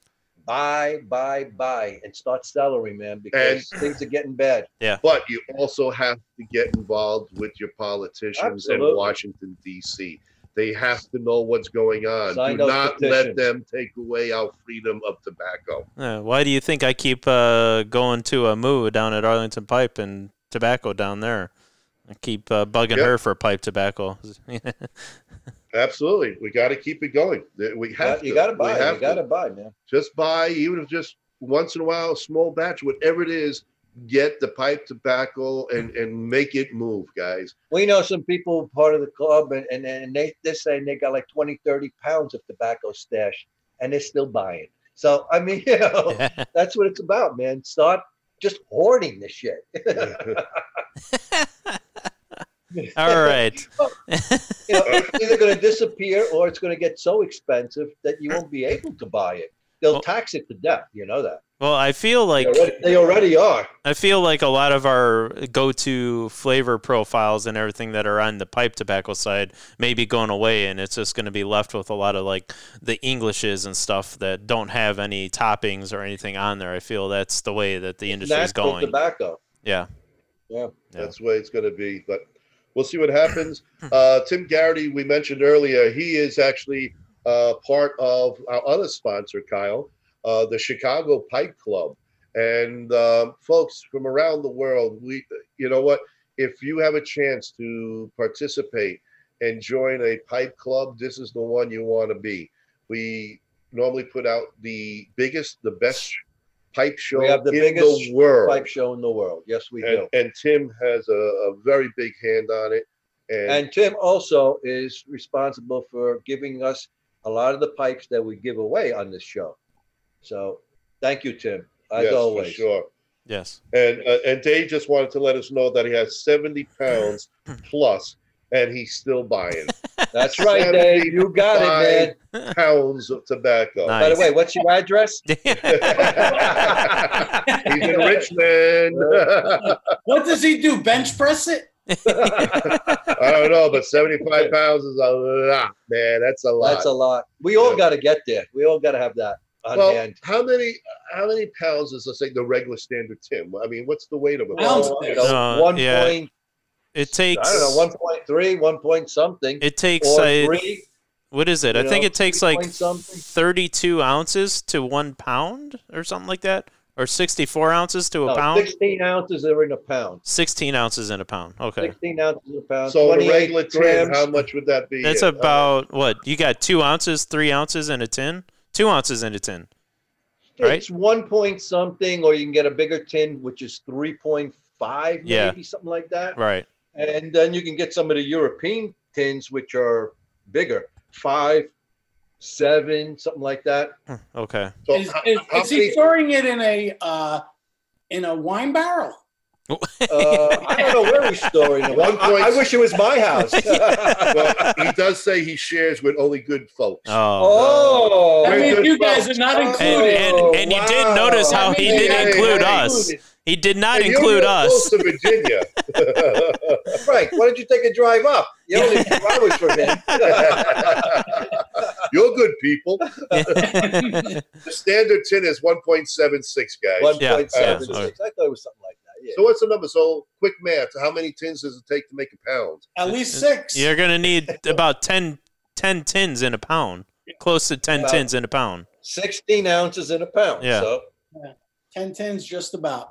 [SPEAKER 3] buy, buy, buy, and start celery, man, because things are getting bad.
[SPEAKER 4] But you also have to get involved with your politicians in
[SPEAKER 3] Absolutely.
[SPEAKER 4] Washington, D.C. They have to know what's going on.
[SPEAKER 3] Sign
[SPEAKER 4] Do
[SPEAKER 3] those
[SPEAKER 4] not let
[SPEAKER 3] petitions.
[SPEAKER 4] them take away our freedom of tobacco.
[SPEAKER 6] Uh, why do you think I keep uh, going to a moo down at Arlington Pipe and tobacco down there? I keep uh, bugging
[SPEAKER 4] Yep.
[SPEAKER 6] her for pipe tobacco.
[SPEAKER 4] Absolutely. We got to keep it going. Th- We have to.
[SPEAKER 3] you got to
[SPEAKER 4] We
[SPEAKER 3] buy.
[SPEAKER 4] have
[SPEAKER 3] You got to
[SPEAKER 4] to.
[SPEAKER 3] buy, man.
[SPEAKER 4] Just buy, even if just once in a while, a small batch, whatever it is, get the pipe tobacco and, and make it move, guys.
[SPEAKER 3] We know some people part of the club, and, and, and they, they're saying they got like 20, 30 pounds of tobacco stash, and they're still buying. So, I mean, you know, that's what it's about, man. Start just hoarding this shit.
[SPEAKER 6] all right.
[SPEAKER 3] You know, it's either going to disappear or it's going to get so expensive that you won't be able to buy it. They'll
[SPEAKER 6] Well-
[SPEAKER 3] tax it to death. You know that.
[SPEAKER 6] Well, I feel like
[SPEAKER 3] They already, they already are.
[SPEAKER 6] I feel like a lot of our go-to flavor profiles and everything that are on the pipe tobacco side may be going away, and it's just going to be left with a lot of like the Englishes and stuff that don't have any toppings or anything on there. I feel that's the way that the industry is
[SPEAKER 3] Natural
[SPEAKER 6] going.
[SPEAKER 3] tobacco.
[SPEAKER 6] Yeah, Yeah.
[SPEAKER 4] That's the way it's going to be. But we'll see what happens. Uh, Tim Garrity, we mentioned earlier, he is actually uh, part of our other sponsor, Kyle, uh, the Chicago Pipe Club. And uh, folks from around the world, we, you know what? If you have a chance to participate and join a pipe club, this is the one you want to be. We normally put out the biggest, the best pipe show
[SPEAKER 3] have the
[SPEAKER 4] in
[SPEAKER 3] biggest
[SPEAKER 4] the world
[SPEAKER 3] Pipe show in the world. Yes, we do.
[SPEAKER 4] and, and Tim has a, a very big hand on it. And,
[SPEAKER 3] And Tim also is responsible for giving us a lot of the pipes that we give away on this show. So thank you, Tim, as
[SPEAKER 4] yes, for
[SPEAKER 3] always.
[SPEAKER 4] sure.
[SPEAKER 6] yes.
[SPEAKER 4] And uh, and Dave just wanted to let us know that he has seventy pounds plus, and he's still buying
[SPEAKER 3] That's right, Dave. You got it, man.
[SPEAKER 4] pounds of tobacco.
[SPEAKER 6] Nice.
[SPEAKER 3] By the way, what's your address?
[SPEAKER 4] he's in Richmond.
[SPEAKER 3] Uh,
[SPEAKER 5] What does he do? Bench press it?
[SPEAKER 4] I don't know, but seventy-five pounds is a lot, man. That's a lot.
[SPEAKER 3] That's a lot. We all
[SPEAKER 4] Yeah.
[SPEAKER 3] got to get there. We all got to have that on
[SPEAKER 4] well,
[SPEAKER 3] hand.
[SPEAKER 4] how many how many pounds is let's say the regular standard Tim? I mean, what's the weight of it?
[SPEAKER 5] Pounds.
[SPEAKER 3] you
[SPEAKER 6] No,
[SPEAKER 3] know, one
[SPEAKER 6] Uh, yeah,
[SPEAKER 3] point,
[SPEAKER 6] it takes.
[SPEAKER 3] I don't know, one point three, one point something,
[SPEAKER 6] It takes.
[SPEAKER 3] or
[SPEAKER 6] I,
[SPEAKER 3] three.
[SPEAKER 6] what is it?
[SPEAKER 3] you
[SPEAKER 6] I think
[SPEAKER 3] know,
[SPEAKER 6] it takes
[SPEAKER 3] three
[SPEAKER 6] like
[SPEAKER 3] point something.
[SPEAKER 6] thirty-two ounces to one pound or something like that, or sixty-four ounces to a
[SPEAKER 3] No,
[SPEAKER 6] pound.
[SPEAKER 3] Sixteen ounces are in a pound.
[SPEAKER 6] Sixteen ounces in a pound. Okay.
[SPEAKER 3] 16 ounces in a pound.
[SPEAKER 4] So on a
[SPEAKER 3] 28
[SPEAKER 4] regular tin,
[SPEAKER 3] grams.
[SPEAKER 4] how much would that be?
[SPEAKER 6] That's
[SPEAKER 4] Uh,
[SPEAKER 6] about what you got: two ounces, three ounces in a tin, two ounces in a tin. right?
[SPEAKER 3] It's one point something, or you can get a bigger tin, which is 3.5,
[SPEAKER 6] Yeah.
[SPEAKER 3] maybe something like that.
[SPEAKER 6] Right.
[SPEAKER 3] And then you can get some of the European tins, which are bigger, five, seven, something like that.
[SPEAKER 6] Hmm, Okay.
[SPEAKER 4] so
[SPEAKER 5] is
[SPEAKER 4] how-
[SPEAKER 5] is,
[SPEAKER 4] how
[SPEAKER 5] is he
[SPEAKER 4] many-
[SPEAKER 5] throwing it in a uh, in a wine barrel?
[SPEAKER 3] Uh, I don't know where he's storing it.
[SPEAKER 4] One
[SPEAKER 3] I, I
[SPEAKER 4] point-
[SPEAKER 3] wish it was my house.
[SPEAKER 4] well, he does say he shares with only good folks.
[SPEAKER 6] Oh.
[SPEAKER 3] oh,
[SPEAKER 5] I
[SPEAKER 4] Very
[SPEAKER 5] mean,
[SPEAKER 4] good
[SPEAKER 5] you guys
[SPEAKER 4] folks.
[SPEAKER 5] are not
[SPEAKER 6] And,
[SPEAKER 5] included.
[SPEAKER 6] and, and you did notice how he
[SPEAKER 4] Hey,
[SPEAKER 6] did
[SPEAKER 4] hey,
[SPEAKER 6] include
[SPEAKER 4] hey.
[SPEAKER 6] us. He did not
[SPEAKER 4] And you're
[SPEAKER 6] include
[SPEAKER 4] real
[SPEAKER 6] us.
[SPEAKER 4] Close to Virginia.
[SPEAKER 3] Frank, why don't you take a drive up? You only two hours from him.
[SPEAKER 4] You're good people. The standard tin is 1.76, guys.
[SPEAKER 3] One
[SPEAKER 6] Yeah,
[SPEAKER 3] point
[SPEAKER 4] yeah,
[SPEAKER 3] seven six.
[SPEAKER 6] sorry.
[SPEAKER 3] I thought it was something like that. Yeah.
[SPEAKER 4] So what's the number? So quick math. How many tins does it take to make a pound?
[SPEAKER 5] At least six.
[SPEAKER 6] You're gonna need about 10, 10 tins in a pound, close to ten
[SPEAKER 3] About-
[SPEAKER 6] tins in a pound.
[SPEAKER 3] Sixteen ounces in a pound.
[SPEAKER 6] Yeah.
[SPEAKER 3] So
[SPEAKER 5] Ten tins, just about.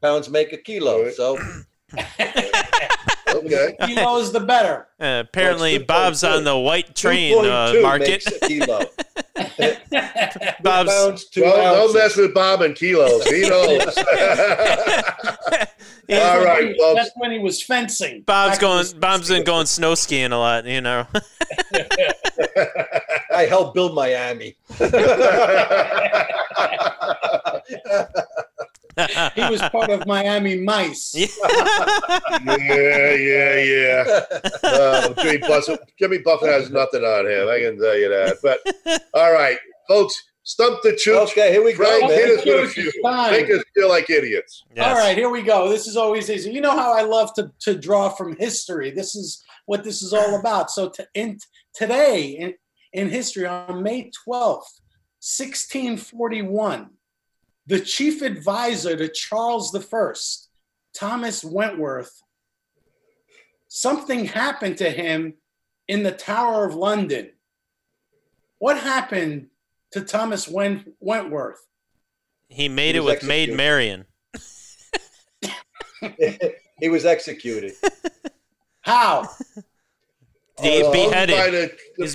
[SPEAKER 3] pounds make a kilo.
[SPEAKER 4] Right.
[SPEAKER 3] So
[SPEAKER 4] Okay.
[SPEAKER 5] Kilos the better.
[SPEAKER 6] Uh, apparently, Bob's
[SPEAKER 3] 2.2.
[SPEAKER 6] on the white train uh,
[SPEAKER 3] 2.2
[SPEAKER 6] market.
[SPEAKER 3] makes a kilo.
[SPEAKER 6] Bob's
[SPEAKER 3] Pounds, two
[SPEAKER 4] Well, don't
[SPEAKER 3] ounces.
[SPEAKER 4] mess with Bob and kilos. He knows. All
[SPEAKER 5] That's
[SPEAKER 4] right,
[SPEAKER 5] when he-
[SPEAKER 4] folks.
[SPEAKER 5] That's when he was fencing.
[SPEAKER 6] Bob's
[SPEAKER 5] Back when he
[SPEAKER 6] going.
[SPEAKER 5] was
[SPEAKER 6] Bob's been going snow skiing a lot. You know.
[SPEAKER 3] I helped build Miami.
[SPEAKER 5] fencing. He was part of Miami Mice.
[SPEAKER 6] Yeah.
[SPEAKER 4] yeah, yeah, yeah. Uh, Jimmy, Buffett, Jimmy Buffett has nothing on him. I can tell you that. But all right, folks, stump the chooch.
[SPEAKER 3] okay, here we go,
[SPEAKER 4] Frank,
[SPEAKER 5] Stump
[SPEAKER 3] man.
[SPEAKER 4] hit
[SPEAKER 5] the
[SPEAKER 4] us with a
[SPEAKER 5] chooch
[SPEAKER 4] few.
[SPEAKER 5] is fine.
[SPEAKER 4] Make us feel like idiots.
[SPEAKER 5] All
[SPEAKER 6] Yes.
[SPEAKER 5] right, here we go. This is always easy. You know how I love to, to draw from history. This is what this is all about. So to, in today in, in history on May 12th, 1641, the chief advisor to Charles the First, Thomas Wentworth, something happened to him in the Tower of London. What happened to Thomas Wen- Wentworth?
[SPEAKER 6] He made
[SPEAKER 3] He
[SPEAKER 6] it
[SPEAKER 3] was
[SPEAKER 6] with Maid
[SPEAKER 3] executed.
[SPEAKER 6] Marian.
[SPEAKER 3] he was executed.
[SPEAKER 5] How?
[SPEAKER 6] He
[SPEAKER 3] Oh,
[SPEAKER 6] beheaded.
[SPEAKER 4] Find a-
[SPEAKER 6] He's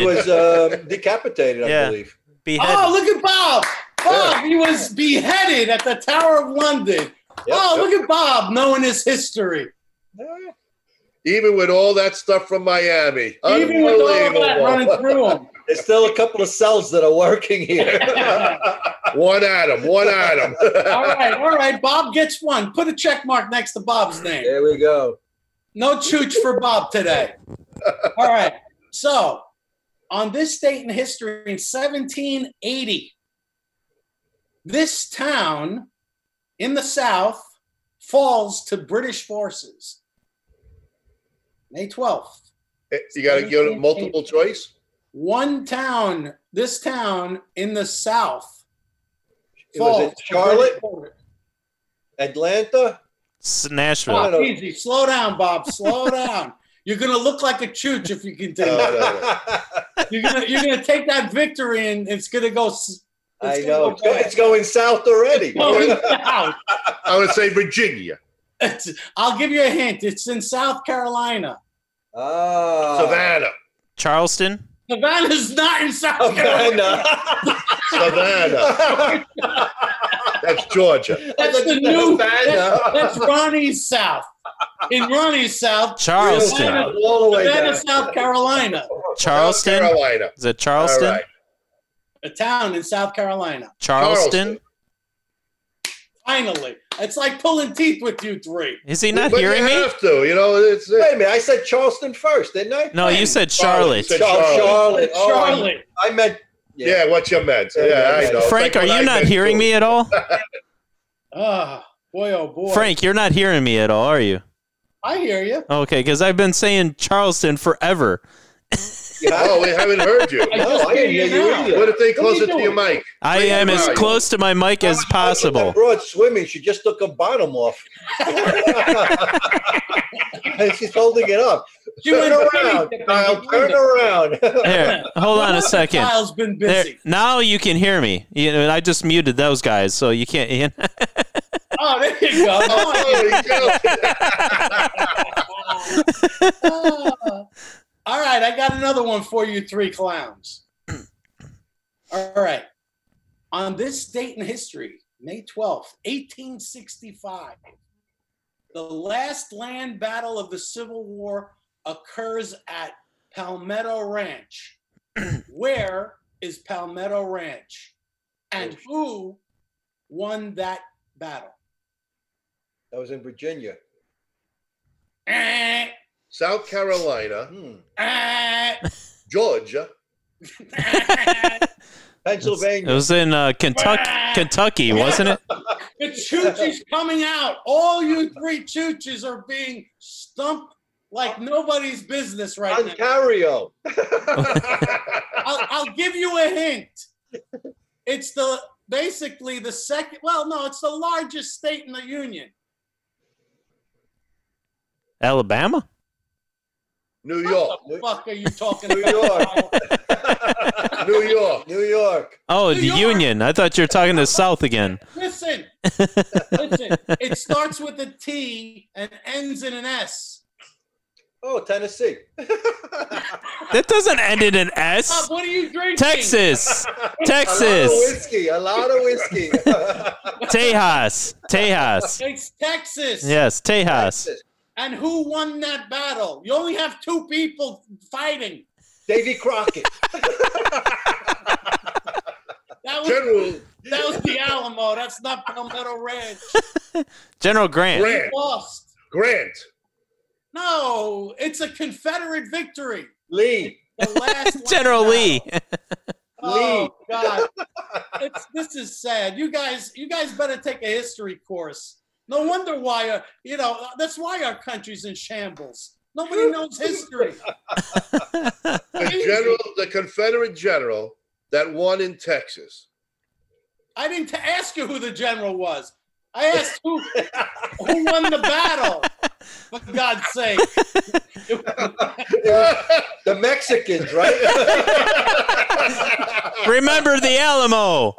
[SPEAKER 3] He was um, decapitated, I
[SPEAKER 6] Yeah.
[SPEAKER 3] believe.
[SPEAKER 6] beheaded.
[SPEAKER 5] Oh, look at Bob. Bob, he was beheaded at the Tower of London. oh,
[SPEAKER 3] yep.
[SPEAKER 5] look at Bob knowing his history.
[SPEAKER 4] Even with all that stuff from Miami.
[SPEAKER 5] Even with all of that
[SPEAKER 4] Unbelievable.
[SPEAKER 5] running through him.
[SPEAKER 3] There's still a couple of cells that are working here.
[SPEAKER 4] One atom, one atom.
[SPEAKER 5] All right, all right. Bob gets one. Put a check mark next to Bob's name.
[SPEAKER 3] there we go.
[SPEAKER 5] No chooch for Bob today. All right. So, on this date in history in 1780, this town in the South falls to British forces. May 12th.
[SPEAKER 4] you got to give it multiple choice.
[SPEAKER 5] One town, this town in the South.
[SPEAKER 3] It was
[SPEAKER 5] falls
[SPEAKER 3] it
[SPEAKER 5] to
[SPEAKER 3] Charlotte,
[SPEAKER 5] British forces.
[SPEAKER 3] Atlanta.
[SPEAKER 6] S- Nashville.
[SPEAKER 3] Oh.
[SPEAKER 5] Bob, easy. Slow down, Bob. Slow down. You're going to look like a chooch if you continue.
[SPEAKER 3] Oh.
[SPEAKER 4] No, no, no.
[SPEAKER 5] You're gonna you're gonna take that victory and it's gonna go. s-
[SPEAKER 3] I
[SPEAKER 5] It's gonna
[SPEAKER 3] know.
[SPEAKER 5] go
[SPEAKER 3] It's, go-
[SPEAKER 5] bad.
[SPEAKER 3] it's going south already.
[SPEAKER 5] going down.
[SPEAKER 4] I would say Virginia.
[SPEAKER 5] It's- I'll give you a hint. It's in South Carolina.
[SPEAKER 3] Ah.
[SPEAKER 5] Uh,
[SPEAKER 4] Savannah.
[SPEAKER 6] Charleston.
[SPEAKER 5] Savannah's not in South Carolina.
[SPEAKER 3] Savannah.
[SPEAKER 4] Savannah. That's Georgia.
[SPEAKER 5] That's the new. That's, that's Ronnie's South. In Ronnie's South,
[SPEAKER 6] Charleston.
[SPEAKER 5] Savannah-
[SPEAKER 3] All the way
[SPEAKER 5] Savannah,
[SPEAKER 3] down.
[SPEAKER 5] South Carolina,
[SPEAKER 4] South
[SPEAKER 6] Charleston.
[SPEAKER 4] Carolina.
[SPEAKER 6] Is it Charleston?
[SPEAKER 4] All right.
[SPEAKER 5] a town in South Carolina.
[SPEAKER 6] Charleston.
[SPEAKER 5] Finally, it's like pulling teeth with you three.
[SPEAKER 6] Is he not
[SPEAKER 4] but
[SPEAKER 6] hearing
[SPEAKER 4] you
[SPEAKER 6] me?
[SPEAKER 4] have to. You know, it's
[SPEAKER 3] Wait a minute. I said Charleston first, didn't I?
[SPEAKER 6] No, you said Charlotte.
[SPEAKER 4] Charlotte.
[SPEAKER 3] Char- Charlotte.
[SPEAKER 5] Charlotte,
[SPEAKER 3] Oh, I- I meant.
[SPEAKER 4] yeah, what you meant. Yeah, I know. It's
[SPEAKER 6] Frank,
[SPEAKER 4] like
[SPEAKER 6] are
[SPEAKER 4] what
[SPEAKER 6] you
[SPEAKER 4] I
[SPEAKER 6] not
[SPEAKER 4] meant,
[SPEAKER 6] hearing
[SPEAKER 4] too.
[SPEAKER 6] me at all?
[SPEAKER 5] Ah, boy, oh boy.
[SPEAKER 6] Frank, you're not hearing me at all, are you?
[SPEAKER 5] I hear you.
[SPEAKER 6] Okay, because I've been saying Charleston forever.
[SPEAKER 3] yeah.
[SPEAKER 4] Oh, we haven't heard you.
[SPEAKER 5] I
[SPEAKER 3] No,
[SPEAKER 5] just
[SPEAKER 3] I
[SPEAKER 5] hear
[SPEAKER 3] didn't
[SPEAKER 5] you
[SPEAKER 3] hear you
[SPEAKER 5] now.
[SPEAKER 3] either.
[SPEAKER 4] What if they
[SPEAKER 5] What are
[SPEAKER 4] close
[SPEAKER 5] you
[SPEAKER 4] it to your
[SPEAKER 5] doing?
[SPEAKER 4] mic?
[SPEAKER 6] I
[SPEAKER 4] Frank,
[SPEAKER 6] am
[SPEAKER 4] where
[SPEAKER 6] as
[SPEAKER 4] are you?
[SPEAKER 6] close to my mic as possible.
[SPEAKER 3] Broad swimming, she just took her bottom off. And She's holding it up.
[SPEAKER 5] She
[SPEAKER 3] turn
[SPEAKER 5] went
[SPEAKER 3] around,
[SPEAKER 5] baby stepping
[SPEAKER 3] Kyle. Turn
[SPEAKER 5] behind
[SPEAKER 3] around.
[SPEAKER 6] Here, hold on a second.
[SPEAKER 5] Kyle's been
[SPEAKER 6] There,
[SPEAKER 5] busy.
[SPEAKER 6] now you can hear me. You know, I just muted those guys, so you can't.
[SPEAKER 5] Oh, there you go.
[SPEAKER 4] Oh, there you go.
[SPEAKER 5] Ah. All right, I got another one for you, three clowns. All right. On this date in history, May 12th, 1865, the last land battle of the Civil War occurs at Palmetto Ranch. Where is Palmetto Ranch? And who won that battle?
[SPEAKER 3] That was in Virginia.
[SPEAKER 5] Eh,
[SPEAKER 4] South Carolina,
[SPEAKER 3] Hmm.
[SPEAKER 5] eh,
[SPEAKER 4] Georgia.
[SPEAKER 5] eh.
[SPEAKER 6] It
[SPEAKER 3] Pennsylvania.
[SPEAKER 6] was in uh, Kentucky, Kentucky, wasn't it?
[SPEAKER 5] The chooch is coming out. All you three chooches are being stumped like nobody's business right now.
[SPEAKER 3] Ontario.
[SPEAKER 5] I'll, I'll give you a hint. It's the basically the second. Well, no, it's the largest state in the union.
[SPEAKER 6] Alabama?
[SPEAKER 4] New York.
[SPEAKER 5] What the fuck are you talking
[SPEAKER 3] New
[SPEAKER 5] about?
[SPEAKER 3] York.
[SPEAKER 4] New York.
[SPEAKER 3] New York.
[SPEAKER 6] Oh,
[SPEAKER 5] New
[SPEAKER 6] the
[SPEAKER 5] York.
[SPEAKER 6] Union. I thought you were talking to South again.
[SPEAKER 5] Listen, listen. It starts with a T and ends in an S.
[SPEAKER 3] Oh, Tennessee.
[SPEAKER 6] That doesn't end in an
[SPEAKER 5] Bob,
[SPEAKER 6] S.
[SPEAKER 5] what are you drinking?
[SPEAKER 6] Texas.
[SPEAKER 3] A lot of
[SPEAKER 6] Texas.
[SPEAKER 3] whiskey. A lot of whiskey.
[SPEAKER 6] Tejas. Tejas.
[SPEAKER 5] It's Texas.
[SPEAKER 6] Yes, Tejas.
[SPEAKER 5] And who won that battle? You only have two people fighting.
[SPEAKER 3] Davy Crockett.
[SPEAKER 5] That was
[SPEAKER 4] General
[SPEAKER 5] that was the Alamo. That's not Palmetto Ranch.
[SPEAKER 6] General Grant.
[SPEAKER 4] Grant.
[SPEAKER 5] Lost.
[SPEAKER 4] Grant.
[SPEAKER 5] No, it's a Confederate victory.
[SPEAKER 3] Lee.
[SPEAKER 5] The last
[SPEAKER 6] General
[SPEAKER 5] one.
[SPEAKER 6] Lee.
[SPEAKER 5] Oh God, it's, this is sad. You guys, you guys better take a history course. No wonder why, uh, you know, that's why our country's in shambles. Nobody knows history.
[SPEAKER 4] The general, the Confederate general that won in Texas.
[SPEAKER 5] I didn't t- ask you who the general was. I asked who who won the battle. For God's sake,
[SPEAKER 3] The Mexicans, right?
[SPEAKER 6] Remember the Alamo.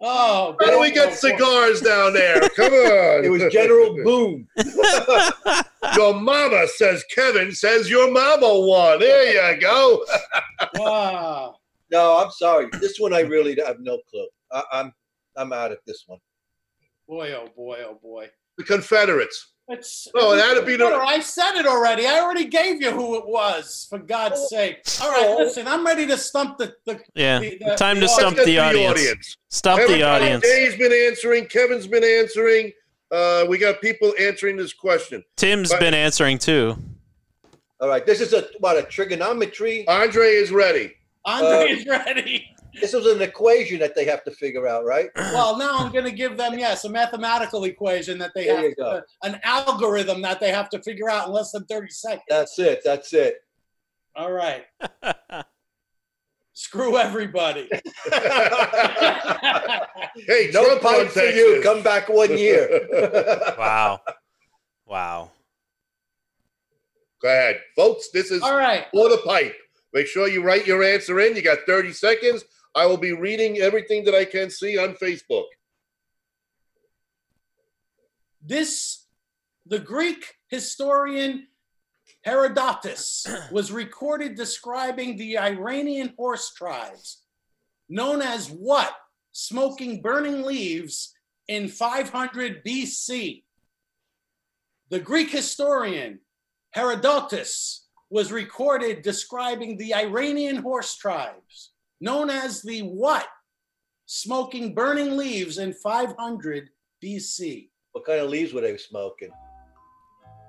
[SPEAKER 5] oh,
[SPEAKER 4] How do we get cigars down there? Come on.
[SPEAKER 3] it was General Boone.
[SPEAKER 4] Your mama says Kevin says your mama won. There you go.
[SPEAKER 5] Wow.
[SPEAKER 3] No, I'm sorry. This one I really have no clue. I, I'm I'm out at this one.
[SPEAKER 5] boy, oh boy, oh boy.
[SPEAKER 4] The Confederates.
[SPEAKER 5] It's
[SPEAKER 4] Oh, and that'd be the
[SPEAKER 5] I said it already. I already gave you who it was. For God's
[SPEAKER 4] Oh.
[SPEAKER 5] sake. All right, listen. I'm ready to stump the, the
[SPEAKER 6] Yeah.
[SPEAKER 5] The- the-
[SPEAKER 6] Time to
[SPEAKER 5] the
[SPEAKER 6] stump
[SPEAKER 4] Let's
[SPEAKER 6] the
[SPEAKER 4] get
[SPEAKER 6] audience. Stop
[SPEAKER 4] Everybody-
[SPEAKER 6] the audience.
[SPEAKER 4] Dave's been answering. Kevin's been answering. Uh, we got people answering this question.
[SPEAKER 6] Tim's been answering too.
[SPEAKER 3] All right. This is a what a trigonometry.
[SPEAKER 4] Andre is ready.
[SPEAKER 5] Andre is ready.
[SPEAKER 3] This is an equation that they have to figure out, right?
[SPEAKER 5] Well, now I'm going to give them yes a mathematical equation that they
[SPEAKER 3] There
[SPEAKER 5] have
[SPEAKER 3] you go.
[SPEAKER 5] to, an algorithm that they have to figure out in less than 30 seconds.
[SPEAKER 3] That's it. That's it.
[SPEAKER 5] All right. Screw everybody.
[SPEAKER 4] Hey,
[SPEAKER 3] no
[SPEAKER 4] Trump won
[SPEAKER 3] pipe for you.
[SPEAKER 4] Texas.
[SPEAKER 3] Come back one year.
[SPEAKER 6] Wow. Wow.
[SPEAKER 4] Go ahead, folks. This is
[SPEAKER 5] All right.
[SPEAKER 4] for the pipe. Make sure you write your answer in. You got 30 seconds. I will be reading everything that I can see on Facebook.
[SPEAKER 5] This, the Greek historian Herodotus was recorded describing the Iranian horse tribes, known as what? Smoking burning leaves in 500 BC. The Greek historian Herodotus was recorded describing the Iranian horse tribes, known as the what? Smoking burning leaves in 500 BC.
[SPEAKER 3] what kind of leaves were they smoking?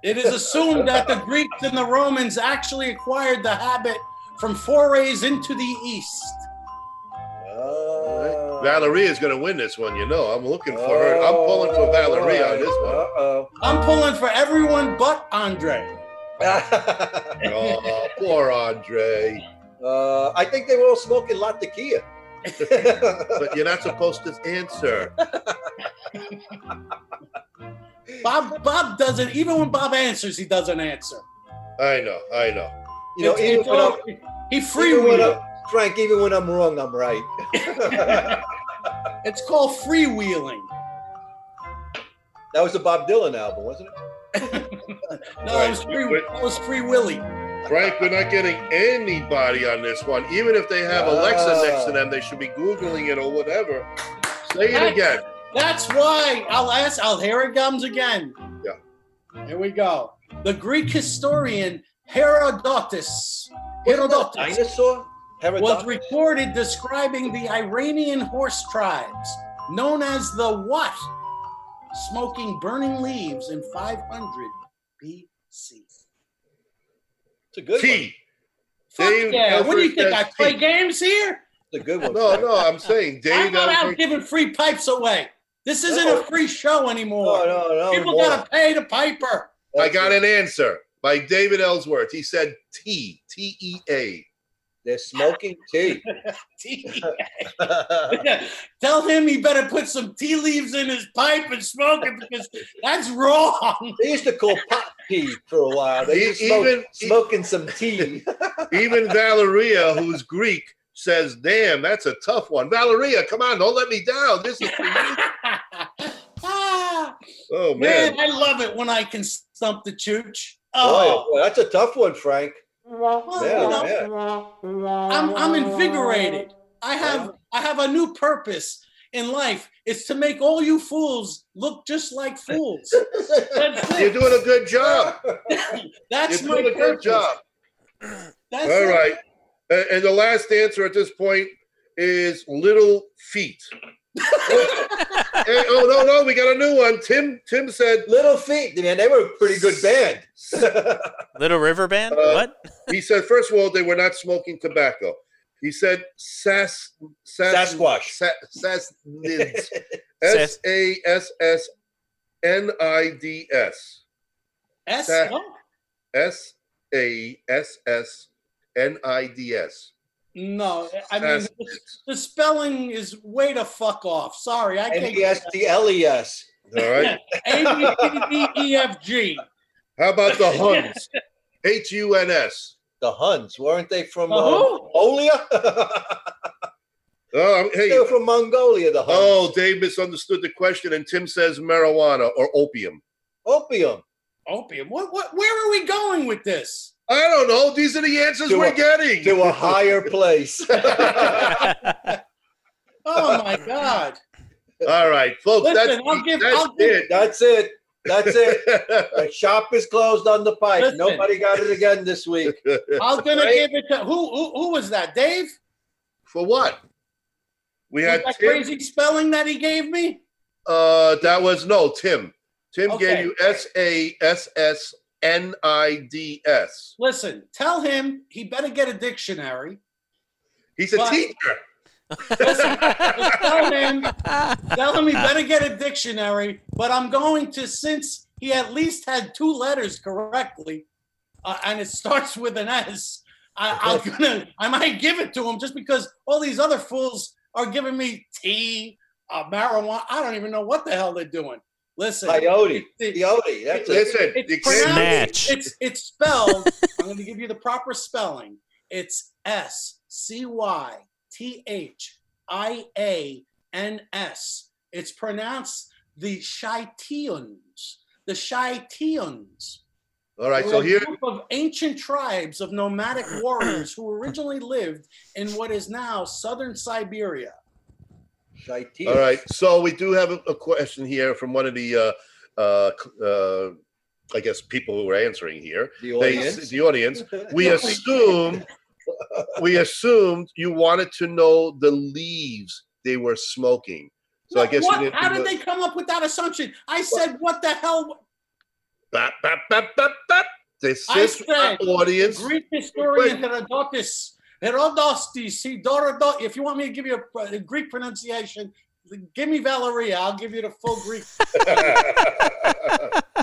[SPEAKER 5] It is assumed that the Greeks and the Romans actually acquired the habit from forays into the East.
[SPEAKER 3] Oh.
[SPEAKER 4] Valerie is going to win this one. You know, I'm looking for her. I'm pulling for Valerie on this one.
[SPEAKER 3] Uh-oh.
[SPEAKER 5] I'm pulling for everyone but Andre.
[SPEAKER 4] Oh, poor Andre.
[SPEAKER 3] uh, I think they were all smoking La Tequila.
[SPEAKER 4] But you're not supposed to answer.
[SPEAKER 5] Bob Bob doesn't even when Bob answers, he doesn't answer.
[SPEAKER 4] I know. I know.
[SPEAKER 3] you know,
[SPEAKER 5] It's-
[SPEAKER 3] even
[SPEAKER 5] it's
[SPEAKER 3] when I'm,
[SPEAKER 5] all- he
[SPEAKER 3] even when
[SPEAKER 5] freewheels.
[SPEAKER 3] I'm- Frank, even when I'm wrong, I'm right.
[SPEAKER 5] It's called freewheeling.
[SPEAKER 3] that was a Bob Dylan album, wasn't it?
[SPEAKER 5] No, it was free, that was free Willy.
[SPEAKER 4] Frank, we're not getting anybody on this one. Even if they have Alexa next to them, they should be Googling it or whatever. Say it again.
[SPEAKER 5] That's why I'll ask. I'll hear it comes again. Here we go. The Greek historian Herodotus.
[SPEAKER 3] Wasn't that a
[SPEAKER 5] Herodotus.
[SPEAKER 3] Dinosaur?
[SPEAKER 5] was
[SPEAKER 3] Herodot-
[SPEAKER 5] recorded describing the Iranian horse tribes, known as the what? Smoking burning leaves in 500 BC.
[SPEAKER 3] It's a good one.
[SPEAKER 4] T.
[SPEAKER 5] Fuck
[SPEAKER 4] Dave
[SPEAKER 5] yeah. What do you
[SPEAKER 4] Elfers
[SPEAKER 5] think? I
[SPEAKER 4] says
[SPEAKER 5] play
[SPEAKER 4] tea.
[SPEAKER 5] games here?
[SPEAKER 3] It's a good one.
[SPEAKER 4] No,
[SPEAKER 3] Frank.
[SPEAKER 4] no, I'm saying Dave.
[SPEAKER 5] I'm not
[SPEAKER 4] Elfers-
[SPEAKER 5] out giving free pipes away. This isn't
[SPEAKER 3] No.
[SPEAKER 5] a free show anymore.
[SPEAKER 3] No, no, no.
[SPEAKER 5] People
[SPEAKER 3] more.
[SPEAKER 5] got to pay the piper.
[SPEAKER 4] I got an answer by David Ellsworth. He said tea, T E A.
[SPEAKER 3] They're smoking tea.
[SPEAKER 5] Tell him he better put some tea leaves in his pipe and smoke it because that's wrong.
[SPEAKER 3] they used to call pot tea for a while. They
[SPEAKER 4] E-
[SPEAKER 3] used to smoke,
[SPEAKER 4] even-
[SPEAKER 3] smoking some tea.
[SPEAKER 4] Even Valeria, who's Greek, says, "Damn, that's a tough one." Valeria, come on, don't let me down. This is for you.
[SPEAKER 5] Ah,
[SPEAKER 4] Oh
[SPEAKER 5] man,
[SPEAKER 4] man,
[SPEAKER 5] I love it when I can stump the chooch.
[SPEAKER 3] Oh,
[SPEAKER 5] Oh,
[SPEAKER 3] boy, that's a tough one, Frank.
[SPEAKER 5] well,
[SPEAKER 3] Yeah,
[SPEAKER 5] you know,
[SPEAKER 3] yeah.
[SPEAKER 5] I'm, I'm invigorated. I have I have a new purpose in life. It's to make all you fools look just like fools. That's it.
[SPEAKER 4] you're doing a good job.
[SPEAKER 5] That's
[SPEAKER 4] You're
[SPEAKER 5] my
[SPEAKER 4] doing a good
[SPEAKER 5] purpose.
[SPEAKER 4] job.
[SPEAKER 5] That's
[SPEAKER 4] All
[SPEAKER 5] it.
[SPEAKER 4] right. A- And the last answer at this point is little feet. Hey, oh no, no, we got a new one. Tim Tim said
[SPEAKER 3] Little Feet, man, they were a pretty good band.
[SPEAKER 6] Little River Band?
[SPEAKER 4] Uh,
[SPEAKER 6] what?
[SPEAKER 4] he said first of all they were not smoking tobacco. He said sas, sas
[SPEAKER 3] Sasquatch.
[SPEAKER 4] sa- Sassnids. S A S S N I D S.
[SPEAKER 5] S-
[SPEAKER 4] That-
[SPEAKER 5] oh,
[SPEAKER 4] S A S S N I D S.
[SPEAKER 5] no, I mean
[SPEAKER 4] Sassnids.
[SPEAKER 5] the spelling is way to fuck off. Sorry, I
[SPEAKER 3] N
[SPEAKER 5] can't.
[SPEAKER 3] E S T L E S.
[SPEAKER 4] All right.
[SPEAKER 5] A B C D E F G.
[SPEAKER 4] How about the Huns? H U N S.
[SPEAKER 3] The Huns, weren't they from
[SPEAKER 5] The
[SPEAKER 3] uh,
[SPEAKER 5] who?
[SPEAKER 3] Mongolia?
[SPEAKER 4] Oh, I'm-
[SPEAKER 3] they
[SPEAKER 4] hey.
[SPEAKER 3] were from Mongolia, the Huns.
[SPEAKER 4] Oh, Dave misunderstood the question, and Tim says marijuana or opium. Oh.
[SPEAKER 3] Opium.
[SPEAKER 5] Opium. What? What? Where are we going with this?
[SPEAKER 4] I don't know. These are the answers
[SPEAKER 3] To
[SPEAKER 4] we're
[SPEAKER 3] a-
[SPEAKER 4] getting.
[SPEAKER 3] To a higher place.
[SPEAKER 5] Oh my God!
[SPEAKER 4] All right, folks. that's
[SPEAKER 5] Listen, I'll give-
[SPEAKER 4] that's
[SPEAKER 5] I'll give-
[SPEAKER 4] it.
[SPEAKER 3] That's it. That's it. The shop is closed on the pipe.
[SPEAKER 5] Listen.
[SPEAKER 3] Nobody got it again this week.
[SPEAKER 5] I'm gonna
[SPEAKER 3] Right?
[SPEAKER 5] give it to who? Who, who was that? Dave?
[SPEAKER 4] For what? We
[SPEAKER 5] With
[SPEAKER 4] had
[SPEAKER 5] that
[SPEAKER 4] Tim.
[SPEAKER 5] crazy spelling that he gave me.
[SPEAKER 4] Uh, that was no Tim. Tim
[SPEAKER 5] Okay.
[SPEAKER 4] gave you S A S S N I D S.
[SPEAKER 5] Listen, tell him he better get a dictionary.
[SPEAKER 4] He's a
[SPEAKER 5] But-
[SPEAKER 4] teacher.
[SPEAKER 5] Listen, just tell him, tell him he better get a dictionary. But I'm going to since he at least had two letters correctly, uh, and it starts with an S. I, I'm gonna, I might give it to him just because all these other fools are giving me tea, uh, marijuana. I don't even know what the hell they're doing. Listen,
[SPEAKER 3] Coyote.
[SPEAKER 5] the-
[SPEAKER 3] Coyote. That's it.
[SPEAKER 4] Listen, you
[SPEAKER 5] it's
[SPEAKER 4] can't-
[SPEAKER 5] pronounced,
[SPEAKER 6] Snatch.
[SPEAKER 5] it's it's spelled. I'm going to give you the proper spelling. It's S C Y T H I A N S. It's pronounced the Shaitians. The Shaitians.
[SPEAKER 4] All right,
[SPEAKER 5] were
[SPEAKER 4] so
[SPEAKER 5] a
[SPEAKER 4] here
[SPEAKER 5] group of ancient tribes of nomadic warriors who originally lived in what is now southern Siberia.
[SPEAKER 3] Shaitia.
[SPEAKER 4] All right. So we do have a, a question here from one of the, uh, uh, c- uh, I guess, people who are answering here.
[SPEAKER 3] The
[SPEAKER 4] They-
[SPEAKER 3] audience.
[SPEAKER 4] the audience. We assume, we assumed you wanted to know the leaves they were smoking. So I
[SPEAKER 5] What-
[SPEAKER 4] guess
[SPEAKER 5] what-
[SPEAKER 4] you didn't.
[SPEAKER 5] how did they come up with that assumption? I said, what the hell?
[SPEAKER 4] Bap, bap, bap, bap, bap. This
[SPEAKER 5] I
[SPEAKER 4] is our
[SPEAKER 5] said,
[SPEAKER 4] audience.
[SPEAKER 5] Greek historian Herodotus, Herodotus, Herodotus. If you want me to give you a, a Greek pronunciation, give me Valeria. I'll give you the full Greek.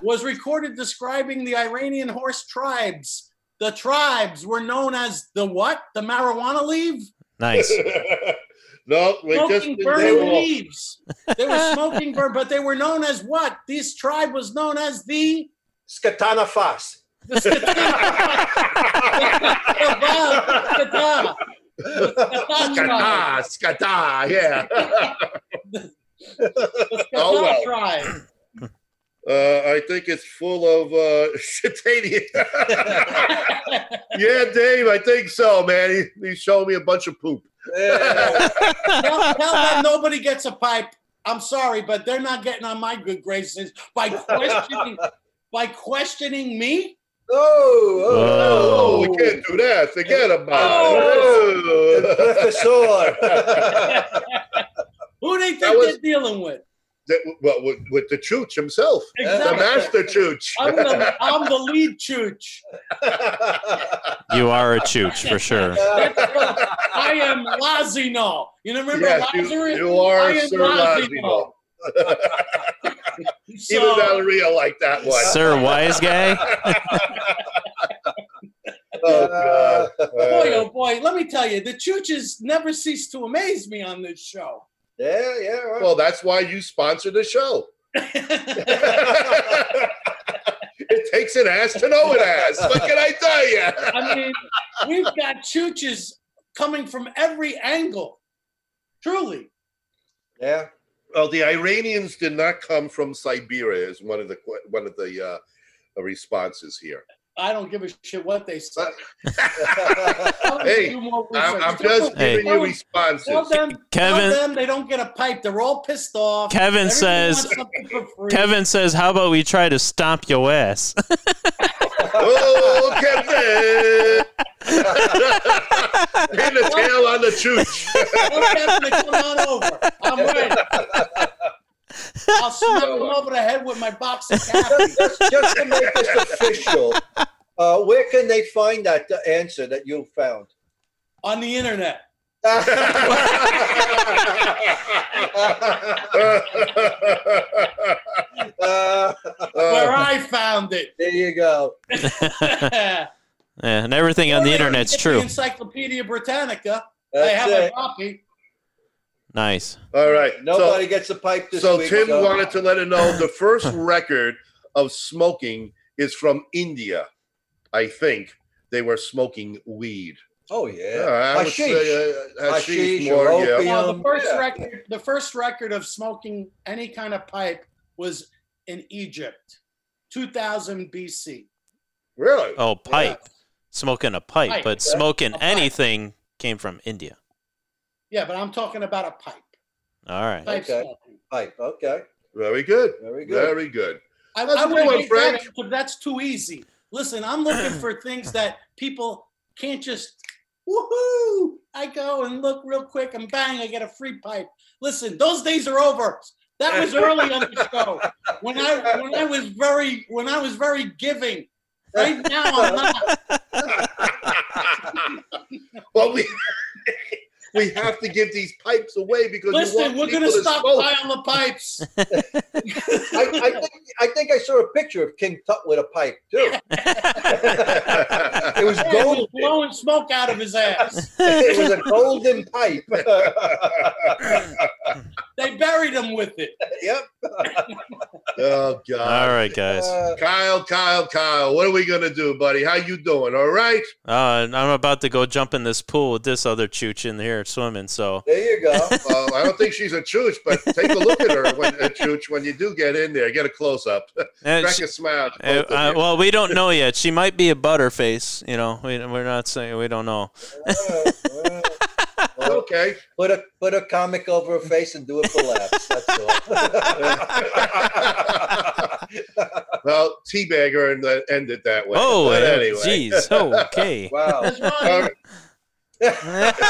[SPEAKER 5] was recorded describing the Iranian horse tribes. The tribes were known as the what? The marijuana leaf?
[SPEAKER 6] nice.
[SPEAKER 4] no, we just
[SPEAKER 5] Smoking
[SPEAKER 4] did
[SPEAKER 5] burning
[SPEAKER 4] that wrong.
[SPEAKER 5] leaves. They were smoking burn, but they were known as what? This tribe was known as the
[SPEAKER 3] Skatana Fas.
[SPEAKER 5] Skata. Skata tribe.
[SPEAKER 4] Skata, skata, yeah.
[SPEAKER 5] The
[SPEAKER 4] Oh,
[SPEAKER 5] Skata
[SPEAKER 4] well.
[SPEAKER 5] tribe.
[SPEAKER 4] Uh, I think it's full of uh, shitania. yeah, Dave, I think so, man. He, he showed me a bunch of poop.
[SPEAKER 3] Yeah.
[SPEAKER 5] tell, tell them nobody gets a pipe. I'm sorry, but they're not getting on my good graces by questioning by questioning me.
[SPEAKER 3] Oh,
[SPEAKER 4] Oh,
[SPEAKER 3] oh,
[SPEAKER 4] we can't do that. Forget about
[SPEAKER 3] The
[SPEAKER 4] it.
[SPEAKER 3] professor.
[SPEAKER 5] Who they
[SPEAKER 4] That
[SPEAKER 5] think
[SPEAKER 4] was-
[SPEAKER 5] they're dealing with?
[SPEAKER 4] That- well, with, with the chooch himself, Uh, the
[SPEAKER 5] Exactly.
[SPEAKER 4] master chooch.
[SPEAKER 5] I'm the, I'm the lead chooch.
[SPEAKER 6] You are a chooch for sure.
[SPEAKER 5] That's what- I am Lazino. You remember
[SPEAKER 4] Yes, you,
[SPEAKER 5] Lazarus?
[SPEAKER 4] you are
[SPEAKER 5] I am
[SPEAKER 4] Sir Lazio. Even Valeria liked that one.
[SPEAKER 6] Sir Wise Guy.
[SPEAKER 4] Oh, God.
[SPEAKER 5] boy,
[SPEAKER 4] Uh,
[SPEAKER 5] oh boy, let me tell you, the chooches never cease to amaze me on this show.
[SPEAKER 3] Yeah, yeah. right.
[SPEAKER 4] well, that's why you sponsor the show. it takes an ass to know an ass. What can I tell you?
[SPEAKER 5] I mean, we've got chooches coming from every angle. Truly.
[SPEAKER 3] yeah.
[SPEAKER 4] Well, the Iranians did not come from Siberia. Is one of the que- one of the uh, responses here.
[SPEAKER 5] I don't give a shit what they say.
[SPEAKER 4] I'm, Hey,
[SPEAKER 5] I'm,
[SPEAKER 4] I'm just
[SPEAKER 6] Hey.
[SPEAKER 4] giving you
[SPEAKER 5] Tell
[SPEAKER 4] responses.
[SPEAKER 5] them, tell
[SPEAKER 6] Kevin-
[SPEAKER 5] them they don't get a pipe. They're all pissed off.
[SPEAKER 6] Kevin
[SPEAKER 5] Everybody
[SPEAKER 6] says.
[SPEAKER 5] wants something for free.
[SPEAKER 6] Kevin says, "How about we try to stomp your ass?"
[SPEAKER 4] Oh, Captain! Pin the tail on the chooch.
[SPEAKER 5] Tell Kevin to come on over. I'm ready. I'll smack him over the head with my box of caffeine.
[SPEAKER 3] just, just- just to make this official, uh, where can they find that uh, answer that you found?
[SPEAKER 5] on the internet.
[SPEAKER 3] Uh,
[SPEAKER 5] Where I found it.
[SPEAKER 3] there you go.
[SPEAKER 5] yeah,
[SPEAKER 6] Yeah, and everything on the internet's true.
[SPEAKER 5] Encyclopedia Britannica. I
[SPEAKER 3] That's
[SPEAKER 5] have a
[SPEAKER 3] it.
[SPEAKER 5] copy.
[SPEAKER 6] Nice.
[SPEAKER 4] All right.
[SPEAKER 3] Nobody gets a pipe this
[SPEAKER 4] So, so
[SPEAKER 3] week.
[SPEAKER 4] Tim
[SPEAKER 3] so-
[SPEAKER 4] wanted to let her know the first record of smoking is from India. I think they were smoking weed.
[SPEAKER 3] Oh yeah,
[SPEAKER 4] Yeah, I would
[SPEAKER 3] Hashish.
[SPEAKER 4] say, uh, hashish
[SPEAKER 3] Hashish
[SPEAKER 4] more,
[SPEAKER 3] or
[SPEAKER 4] yeah.
[SPEAKER 3] opium.
[SPEAKER 5] Well, the
[SPEAKER 3] Um,
[SPEAKER 5] first
[SPEAKER 3] yeah.
[SPEAKER 5] record, the first record of smoking any kind of pipe was in Egypt, 2000 BC.
[SPEAKER 4] Really?
[SPEAKER 6] Oh, pipe. Smoking a pipe,
[SPEAKER 5] Pipe,
[SPEAKER 6] but
[SPEAKER 5] yeah.
[SPEAKER 6] smoking
[SPEAKER 5] A pipe.
[SPEAKER 6] anything came from India.
[SPEAKER 5] Yeah, but I'm talking about a pipe.
[SPEAKER 6] All right.
[SPEAKER 5] Pipe
[SPEAKER 3] Okay.
[SPEAKER 5] smoking.
[SPEAKER 3] pipe. Okay,
[SPEAKER 4] Very good.
[SPEAKER 3] very good.
[SPEAKER 4] Very good.
[SPEAKER 5] I,
[SPEAKER 4] How's
[SPEAKER 5] I
[SPEAKER 4] it
[SPEAKER 5] wouldn't
[SPEAKER 4] going,
[SPEAKER 5] make that
[SPEAKER 4] Frank?
[SPEAKER 5] answer, that's too easy. Listen, I'm looking for things that people can't just woohoo. I go and look real quick and bang, I get a free pipe. Listen, those days are over. That was early on the show. When I when I was very when I was very giving. Right now I'm not.
[SPEAKER 4] well, we we have to give these pipes away because we
[SPEAKER 5] Listen,
[SPEAKER 4] want
[SPEAKER 5] we're
[SPEAKER 4] people
[SPEAKER 5] gonna
[SPEAKER 4] to
[SPEAKER 5] stop
[SPEAKER 4] smoke.
[SPEAKER 5] buying the pipes.
[SPEAKER 3] I, I, think, I think I saw a picture of King Tut with a pipe too. It was
[SPEAKER 5] He was
[SPEAKER 3] golden.
[SPEAKER 5] blowing smoke out of his ass.
[SPEAKER 3] It was a golden pipe.
[SPEAKER 5] They buried him with it.
[SPEAKER 3] yep.
[SPEAKER 4] oh God.
[SPEAKER 6] All right, guys.
[SPEAKER 3] Uh,
[SPEAKER 4] Kyle, Kyle, Kyle, what are we gonna do, buddy? How you doing? All right.
[SPEAKER 6] Uh, and I'm about to go jump in this pool with this other chooch in here swimming. So
[SPEAKER 3] there you go.
[SPEAKER 4] Uh, I don't think she's a chooch, but take a look at her when a chooch when you do get in there. Get a close up,
[SPEAKER 6] And
[SPEAKER 4] crack
[SPEAKER 6] she-
[SPEAKER 4] a smile.
[SPEAKER 6] uh, uh, well, we don't know yet. She might be a butterface. You know, we, we're not saying we don't know.
[SPEAKER 3] Uh, uh, well,
[SPEAKER 4] okay.
[SPEAKER 3] put a put a comic over her face and do it for laughs. That's all.
[SPEAKER 4] well, teabagger and then end it that way.
[SPEAKER 6] Oh,
[SPEAKER 4] But
[SPEAKER 6] anyway. jeez. Okay.
[SPEAKER 3] wow.
[SPEAKER 4] Uh,
[SPEAKER 5] That's why
[SPEAKER 4] All right.
[SPEAKER 3] He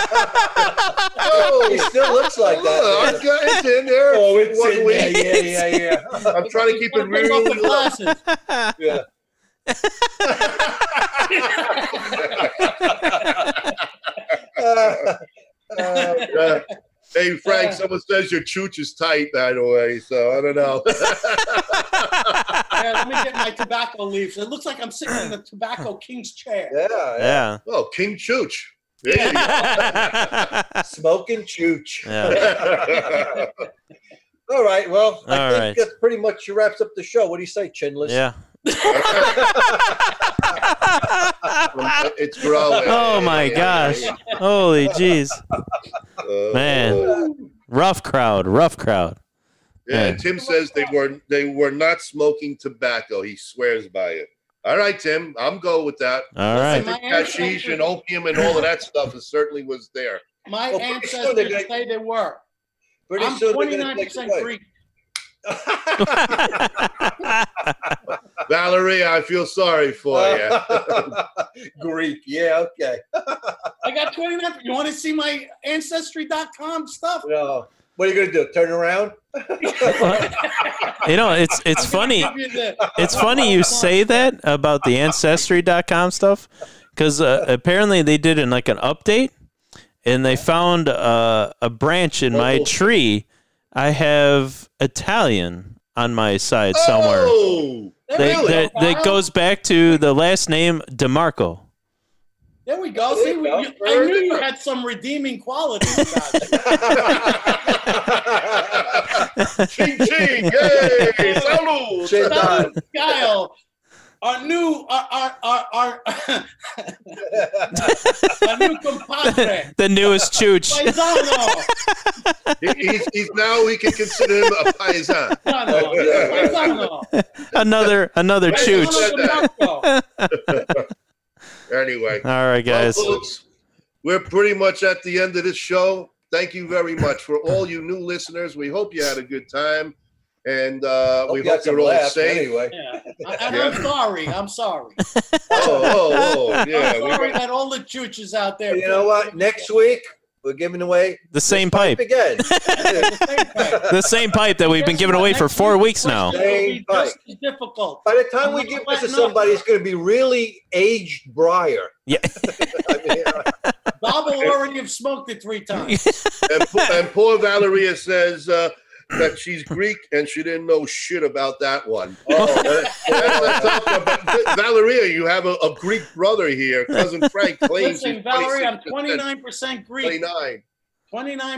[SPEAKER 4] Oh,
[SPEAKER 3] still looks like
[SPEAKER 4] look,
[SPEAKER 3] that.
[SPEAKER 4] I Oh, got- it's in there.
[SPEAKER 3] Oh, it's
[SPEAKER 4] One
[SPEAKER 3] in
[SPEAKER 4] week.
[SPEAKER 3] there. Yeah, yeah, yeah.
[SPEAKER 4] I'm trying to keep it
[SPEAKER 5] I'm gonna take off
[SPEAKER 4] real.
[SPEAKER 5] the glasses.
[SPEAKER 3] Uh, uh,
[SPEAKER 4] Uh, hey, Frank, someone says your chooch is tight, by the way, so I don't know.
[SPEAKER 5] Yeah, let me get my tobacco leaves. It looks like I'm sitting in the tobacco king's chair.
[SPEAKER 3] yeah, yeah.
[SPEAKER 6] Yeah.
[SPEAKER 4] oh, King Chooch. There you go.
[SPEAKER 3] Smoking chooch.
[SPEAKER 6] yeah.
[SPEAKER 3] All right. Well, I
[SPEAKER 6] All
[SPEAKER 3] think
[SPEAKER 6] right.
[SPEAKER 3] that pretty much wraps up the show. What do you say, Chinless?
[SPEAKER 6] Yeah.
[SPEAKER 4] it's growing.
[SPEAKER 6] Oh my gosh. Holy jeez.
[SPEAKER 4] Uh,
[SPEAKER 6] Man. Rough crowd. Rough crowd.
[SPEAKER 4] Yeah, and Tim says they were they were not smoking tobacco. He swears by it. All right, Tim, I'm go with that.
[SPEAKER 6] All
[SPEAKER 4] I
[SPEAKER 6] right.
[SPEAKER 4] think hashish and opium and all of that stuff is certainly was there.
[SPEAKER 5] My
[SPEAKER 3] Well, pretty soon they're
[SPEAKER 5] ancestors
[SPEAKER 3] gonna-
[SPEAKER 5] say they were.
[SPEAKER 3] Pretty
[SPEAKER 5] I'm
[SPEAKER 3] soon they're gonna
[SPEAKER 5] 29
[SPEAKER 3] take
[SPEAKER 5] percent
[SPEAKER 3] it away.
[SPEAKER 5] Greek.
[SPEAKER 4] Valeria, I feel sorry for you.
[SPEAKER 3] Greek. Yeah. Okay.
[SPEAKER 5] I got 29. You want to see my ancestry.com stuff?
[SPEAKER 3] No. What are you gonna do? Turn around?
[SPEAKER 6] you know, it's it's
[SPEAKER 5] I'm gonna
[SPEAKER 6] funny.
[SPEAKER 5] give you the-
[SPEAKER 6] It's funny you say that about the ancestry.com stuff because uh, apparently they did in like an update and they found uh, a branch in my
[SPEAKER 4] Oh.
[SPEAKER 6] tree. I have Italian on my side somewhere.
[SPEAKER 4] Oh,
[SPEAKER 6] They-
[SPEAKER 5] There we
[SPEAKER 6] that,
[SPEAKER 5] go.
[SPEAKER 6] that goes back to the last name DeMarco.
[SPEAKER 5] There we go.
[SPEAKER 4] There
[SPEAKER 5] See,
[SPEAKER 4] you
[SPEAKER 5] we,
[SPEAKER 4] go.
[SPEAKER 5] you, I knew you had some redeeming qualities. about you.
[SPEAKER 4] ching ching! Yay! Salud!
[SPEAKER 3] Sit down.
[SPEAKER 5] Kyle, our new, our, our, our, our, our new compadre,
[SPEAKER 6] the newest chooch.
[SPEAKER 5] Paisano.
[SPEAKER 4] He- he's, he's now we can consider him a paisan.
[SPEAKER 5] Paisano. Paisano.
[SPEAKER 6] another another
[SPEAKER 4] Right,
[SPEAKER 6] chooch.
[SPEAKER 4] another-
[SPEAKER 5] Paisano de Marco.
[SPEAKER 4] Anyway,
[SPEAKER 6] All right,
[SPEAKER 4] well,
[SPEAKER 6] guys.
[SPEAKER 4] folks, we're pretty much at the end of this show. Thank you very much for all you new listeners. We hope you had a good time, and uh,
[SPEAKER 3] Hope
[SPEAKER 4] we
[SPEAKER 3] you had
[SPEAKER 4] hope
[SPEAKER 3] some
[SPEAKER 4] you're all
[SPEAKER 3] laughs,
[SPEAKER 4] safe.
[SPEAKER 3] Anyway,
[SPEAKER 5] Yeah. And I'm sorry. I'm sorry.
[SPEAKER 4] Oh, oh, oh, yeah.
[SPEAKER 5] I'm
[SPEAKER 4] we
[SPEAKER 5] sorry
[SPEAKER 4] got-
[SPEAKER 5] that all the chooches out there.
[SPEAKER 3] you know what? Next week we're giving away
[SPEAKER 6] The same pipe.
[SPEAKER 3] again.
[SPEAKER 6] The same pipe that we've been
[SPEAKER 5] Guess
[SPEAKER 6] giving
[SPEAKER 5] what?
[SPEAKER 6] away for
[SPEAKER 5] Next
[SPEAKER 6] four
[SPEAKER 5] week's
[SPEAKER 6] weeks now.
[SPEAKER 5] question will be
[SPEAKER 3] Same
[SPEAKER 5] just as difficult.
[SPEAKER 3] By the time we give this to somebody, it's going to be really aged briar.
[SPEAKER 6] Yeah.
[SPEAKER 3] I mean,
[SPEAKER 5] Bob will already have smoked it three times.
[SPEAKER 4] and, and poor Valeria says uh, that she's Greek and she didn't know shit about that one. Uh,
[SPEAKER 3] oh,
[SPEAKER 4] That's- that's not- but th- Valeria, you have a, a Greek brother here. Cousin Frank claims
[SPEAKER 5] Listen,
[SPEAKER 4] he's
[SPEAKER 5] Valerie, I'm
[SPEAKER 4] 26%,
[SPEAKER 5] 29% Greek.
[SPEAKER 4] 29.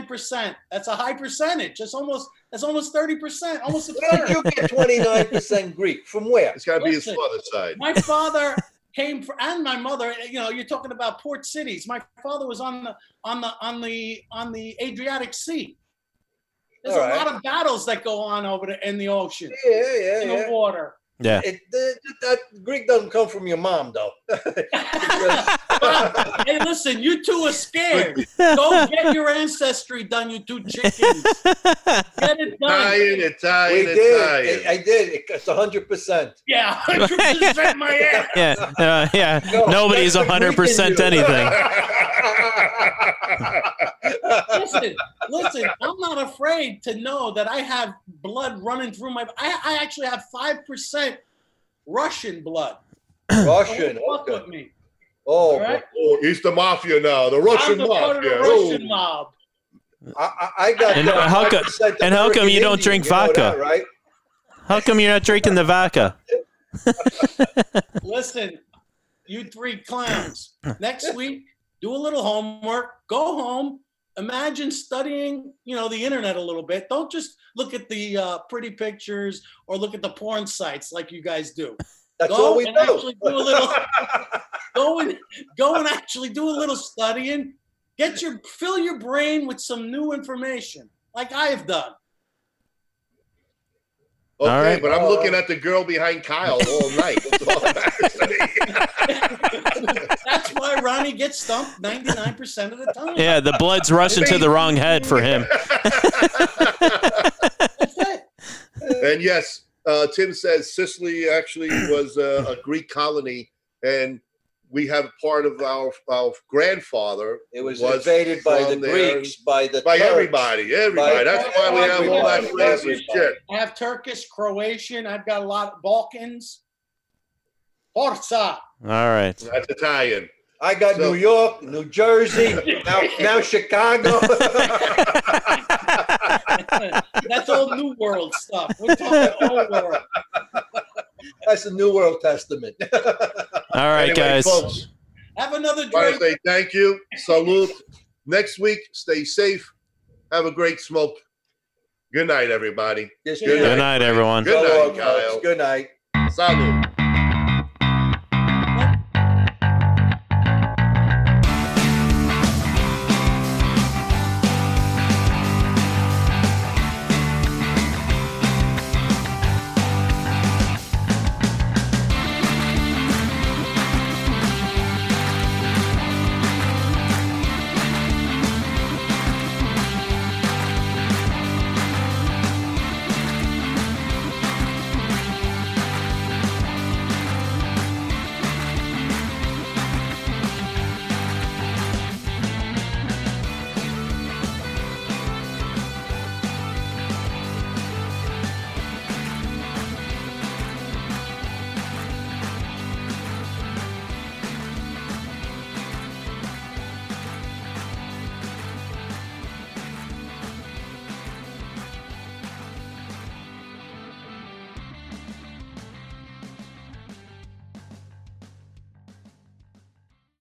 [SPEAKER 5] 29%. That's a high percentage. That's almost that's almost 30%. Almost a
[SPEAKER 3] Where
[SPEAKER 5] third.
[SPEAKER 3] did you get 29% Greek? From where?
[SPEAKER 4] It's got to be his
[SPEAKER 5] Listen.
[SPEAKER 4] father's side.
[SPEAKER 5] My father came from, and my mother. You know, you're talking about port cities. My father was on the on the on the on the Adriatic Sea. There's
[SPEAKER 3] All
[SPEAKER 5] a
[SPEAKER 3] right.
[SPEAKER 5] lot of battles that go on over there in the ocean,
[SPEAKER 3] Yeah, yeah,
[SPEAKER 5] in the
[SPEAKER 3] yeah.
[SPEAKER 5] water.
[SPEAKER 6] Yeah.
[SPEAKER 3] It, the, that Greek doesn't come from your mom, though.
[SPEAKER 5] hey, listen, you two are scared. Go get your ancestry done, you two chickens. Get it done.
[SPEAKER 4] Italian,
[SPEAKER 3] we
[SPEAKER 4] Italian,
[SPEAKER 3] did. It,
[SPEAKER 4] Italian.
[SPEAKER 3] I did. It, it's 100%.
[SPEAKER 5] Yeah, 100% my ass.
[SPEAKER 6] Yeah. Uh, yeah.
[SPEAKER 3] No,
[SPEAKER 6] Nobody's
[SPEAKER 3] that's the
[SPEAKER 6] hundred percent
[SPEAKER 3] Greek in you.
[SPEAKER 6] anything.
[SPEAKER 4] Oh,
[SPEAKER 5] listen, listen, I'm not afraid to know that I have blood running through my. I, I actually have five percent Russian blood. Don't
[SPEAKER 3] Russian.
[SPEAKER 5] fuck
[SPEAKER 3] Okay.
[SPEAKER 5] with me.
[SPEAKER 3] Oh,
[SPEAKER 5] All right?
[SPEAKER 4] Oh, he's the mafia now, the
[SPEAKER 5] I'm
[SPEAKER 4] Russian
[SPEAKER 5] the part of
[SPEAKER 4] mafia. Oh,
[SPEAKER 5] the
[SPEAKER 3] Oh.
[SPEAKER 5] Russian mob.
[SPEAKER 3] I, I, I got
[SPEAKER 6] And how co-
[SPEAKER 3] 100%
[SPEAKER 6] and how come you don't
[SPEAKER 3] American Indian,
[SPEAKER 6] drink
[SPEAKER 3] you know that,
[SPEAKER 6] vodka?
[SPEAKER 3] right?
[SPEAKER 6] How come you're not drinking the vodka?
[SPEAKER 5] Listen, you three clowns. Next week, do a little homework. Go home. Imagine studying, you know, the internet a little bit. Don't just look at the uh, pretty pictures or look at the porn sites like you guys do.
[SPEAKER 3] That's
[SPEAKER 5] go
[SPEAKER 3] all we
[SPEAKER 5] and
[SPEAKER 3] do.
[SPEAKER 5] actually do a little go and go and actually do a little studying get your fill your brain with some new information like i have done
[SPEAKER 4] Okay,
[SPEAKER 6] All right.
[SPEAKER 4] but I'm looking at the girl behind Kyle all night. That's all that matters to me.
[SPEAKER 5] that's why ronnie gets stumped 99% of the time
[SPEAKER 6] Yeah, the blood's rushing to the wrong head for him.
[SPEAKER 5] that's it
[SPEAKER 4] And yes, uh, Tim says Sicily actually was uh, a, a Greek colony, and we have part of our our grandfather.
[SPEAKER 3] It was,
[SPEAKER 4] Was
[SPEAKER 3] invaded by the
[SPEAKER 4] from there
[SPEAKER 3] Greeks, by the
[SPEAKER 4] By
[SPEAKER 3] Turks.
[SPEAKER 4] everybody, everybody.
[SPEAKER 3] By-
[SPEAKER 4] That's why we have all that
[SPEAKER 3] Everybody.
[SPEAKER 4] crazy shit.
[SPEAKER 5] i have turkish croatian i've got a lot of balkans Forza.
[SPEAKER 6] All right.
[SPEAKER 4] That's Italian.
[SPEAKER 3] I got
[SPEAKER 4] So-
[SPEAKER 3] New York, New Jersey, now, now Chicago.
[SPEAKER 5] That's all New World stuff. We're talking old world.
[SPEAKER 3] That's the New World Testament.
[SPEAKER 6] All right,
[SPEAKER 4] Anyway,
[SPEAKER 6] guys.
[SPEAKER 4] folks,
[SPEAKER 5] Have another
[SPEAKER 4] want to
[SPEAKER 5] drink.
[SPEAKER 4] say thank you. Salute. Next week, stay safe. Have a great smoke. Good night, everybody.
[SPEAKER 3] Just
[SPEAKER 5] Good
[SPEAKER 6] Good night, everyone.
[SPEAKER 4] Good night,
[SPEAKER 3] Good night,
[SPEAKER 4] Kyle.
[SPEAKER 3] folks. Good night.
[SPEAKER 4] Salute.